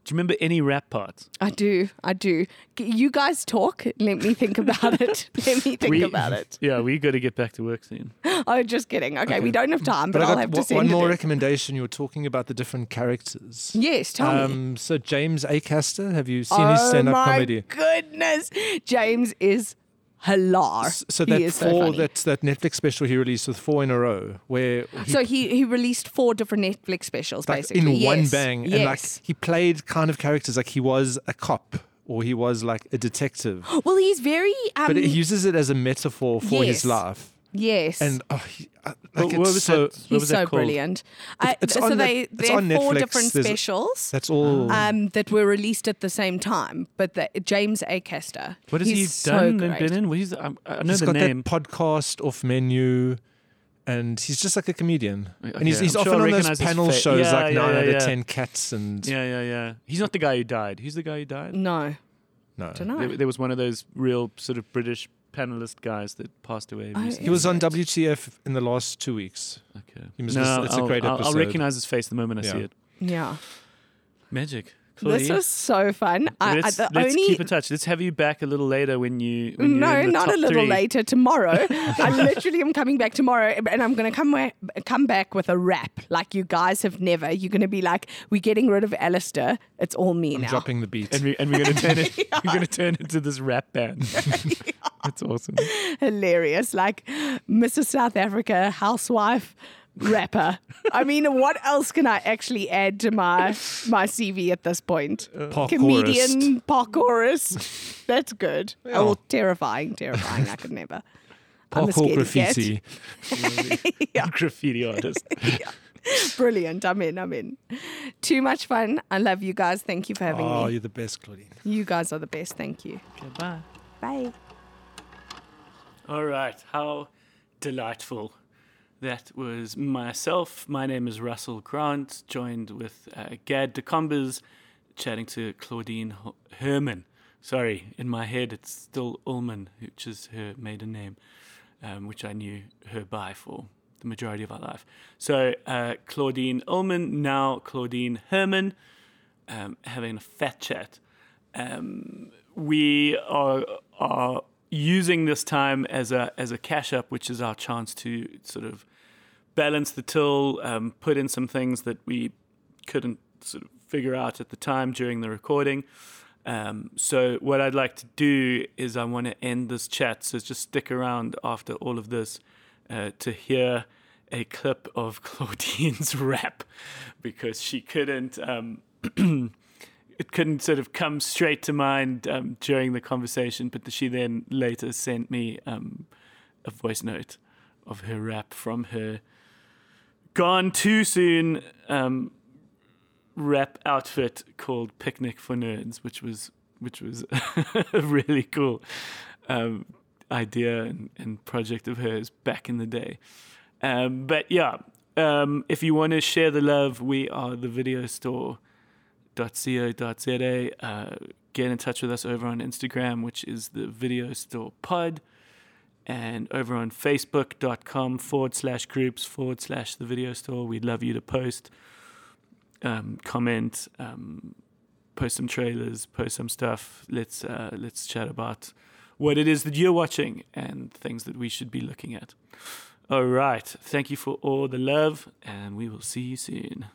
Speaker 1: Do you remember any rap parts?
Speaker 3: I do, I do. G- You guys talk. Let me think about it. Let me think
Speaker 1: We-
Speaker 3: about it.
Speaker 1: Yeah, we got to get back to work soon.
Speaker 3: Oh, just kidding. Okay, we don't have time, but,
Speaker 4: I
Speaker 3: I'll
Speaker 4: got
Speaker 3: have to
Speaker 4: one-
Speaker 3: send
Speaker 4: one
Speaker 3: it
Speaker 4: more
Speaker 3: in.
Speaker 4: recommendation. You were talking about the different characters.
Speaker 3: Yes, tell me.
Speaker 4: Um, so James Acaster, have you seen his
Speaker 3: oh
Speaker 4: stand-up
Speaker 3: my
Speaker 4: comedy?
Speaker 3: goodness, James is hilarious.
Speaker 4: So
Speaker 3: he
Speaker 4: that
Speaker 3: is so
Speaker 4: four
Speaker 3: funny.
Speaker 4: that that Netflix special he released with four in a row, where he
Speaker 3: so he he released four different Netflix specials
Speaker 4: like
Speaker 3: basically
Speaker 4: in one
Speaker 3: Yes,
Speaker 4: bang, and like
Speaker 3: Yes.
Speaker 4: he played kind of characters like he was a cop or he was like a detective,
Speaker 3: well, he's very um.
Speaker 4: but he uses it as a metaphor for
Speaker 3: yes.
Speaker 4: his life.
Speaker 3: yes.
Speaker 4: And oh, he, uh,
Speaker 1: What-
Speaker 4: like
Speaker 1: what
Speaker 4: it's
Speaker 1: was
Speaker 4: so
Speaker 1: that? what
Speaker 3: He's
Speaker 1: was
Speaker 3: so
Speaker 1: that called?
Speaker 3: brilliant. Uh,
Speaker 4: it's
Speaker 3: so they
Speaker 4: on Net- it's
Speaker 3: they're
Speaker 4: on
Speaker 3: four
Speaker 4: Netflix.
Speaker 3: different
Speaker 4: There's-
Speaker 3: specials
Speaker 4: that's all.
Speaker 3: um, that were released at the same time. But the, James Acaster,
Speaker 1: What has
Speaker 3: he's
Speaker 1: he done
Speaker 3: So
Speaker 1: and
Speaker 3: great.
Speaker 1: been in? Well, he's, I, I know
Speaker 4: he's
Speaker 1: the
Speaker 4: got
Speaker 1: name.
Speaker 4: that podcast off menu, and he's just like a comedian. and he's,
Speaker 1: okay,
Speaker 4: he's
Speaker 1: I'm sure
Speaker 4: often
Speaker 1: I
Speaker 4: on those
Speaker 1: recognize his
Speaker 4: panel
Speaker 1: face.
Speaker 4: shows
Speaker 1: Yeah,
Speaker 4: like
Speaker 1: yeah,
Speaker 4: nine
Speaker 1: yeah,
Speaker 4: out of
Speaker 1: yeah.
Speaker 4: ten cats, and
Speaker 1: yeah, yeah, yeah. He's not the guy who died. Who's the guy who died?
Speaker 3: No,
Speaker 1: Uh,
Speaker 4: no,
Speaker 3: dunno.
Speaker 1: There, there was one of those real sort of British panelist guys that passed away
Speaker 3: Oh,
Speaker 1: recently.
Speaker 4: he was on WTF in the last two weeks.
Speaker 1: Okay.
Speaker 4: You must
Speaker 1: no,
Speaker 4: listen- it's a
Speaker 1: I'll,
Speaker 4: great
Speaker 1: I'll, I'll
Speaker 4: episode.
Speaker 1: recognize his face the moment I see
Speaker 4: Yeah.
Speaker 1: it.
Speaker 3: Yeah.
Speaker 1: Magic.
Speaker 3: This
Speaker 1: Claudia.
Speaker 3: was so fun. I, I,
Speaker 1: let's
Speaker 3: the
Speaker 1: let's
Speaker 3: only
Speaker 1: keep in touch. Let's have you back a little later when you. When you're
Speaker 3: no,
Speaker 1: in the
Speaker 3: not a
Speaker 1: top
Speaker 3: little
Speaker 1: three.
Speaker 3: later tomorrow. I literally am coming back tomorrow, and I'm going to come wa- come back with a rap like you guys have never. You're going to be like, we're getting rid of Alistair. It's all me now.
Speaker 4: Dropping the beat.
Speaker 1: And, we, and we're going to turn it. We're going to turn into this rap band. That's awesome.
Speaker 3: Hilarious, like Mrs. South Africa housewife rapper. I mean, what else can I actually add to my my CV at this point?
Speaker 4: Parkourist.
Speaker 3: Comedian, parkourist. That's good.
Speaker 4: Yeah.
Speaker 3: Oh, terrifying, terrifying. I could never. I'm a
Speaker 4: Parkour
Speaker 3: scaredy cat.
Speaker 4: graffiti.
Speaker 1: Graffiti artist.
Speaker 3: Brilliant. I'm in. I'm in. Too much fun. I love you guys. Thank you for having
Speaker 4: Oh,
Speaker 3: me.
Speaker 4: you're the best, Claudine.
Speaker 3: You guys are the best. Thank you.
Speaker 1: Okay, bye.
Speaker 3: Bye.
Speaker 1: All right, how delightful. That was myself. My name is Russell Grant, joined with uh, Gad DeCombers, chatting to Claudine Ho- Herman. Sorry, in my head it's still Ullman, which is her maiden name, um, which I knew her by for the majority of our life. So uh, Claudine Ullman, now Claudine Herman, um, having a fat chat we are are using this time as a as a cash up, which is our chance to sort of balance the till, um, put in some things that we couldn't sort of figure out at the time during the recording, Um, so what I'd like to do is I want to end this chat. So just stick around after all of this uh, to hear a clip of Claudine's rap because she couldn't. Um, it couldn't sort of come straight to mind um, during the conversation, but she then later sent me um, a voice note of her rap from her gone too soon um, rap outfit called Picnic for Nerds, which was which was a really cool um, idea and, and project of hers back in the day. Um, but yeah, um, if you want to share the love, we are the video store video.co.za. Uh, get in touch with us over on Instagram, which is the Video Store Pod, and over on Facebook.com forward slash groups forward slash the Video Store. We'd love you to post, um, comment, um, post some trailers, post some stuff. Let's uh, let's chat about what it is that you're watching and things that we should be looking at. All right. Thank you for all the love, and we will see you soon.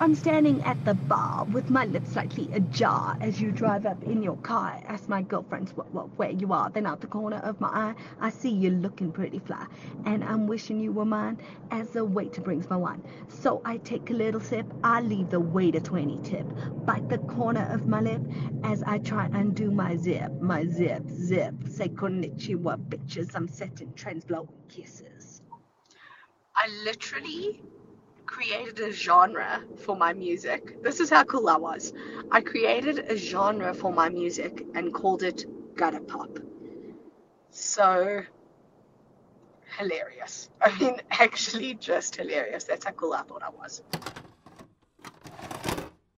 Speaker 5: I'm standing at the bar with my lips slightly ajar as you drive up in your car. I Ask my girlfriends what, what, where you are. Then out the corner of my eye, I see you looking pretty fly. And I'm wishing you were mine as the waiter brings my wine. So I take a little sip. I leave the waiter 20 tip. Bite the corner of my lip as I try and do my zip, my zip, zip. Say konnichiwa, bitches. I'm setting trends, blowing kisses. I literally created a genre for my music. This is how cool I was. I created a genre for my music and called it gutter pop. So hilarious. I mean, actually, just hilarious. That's how cool I thought I was.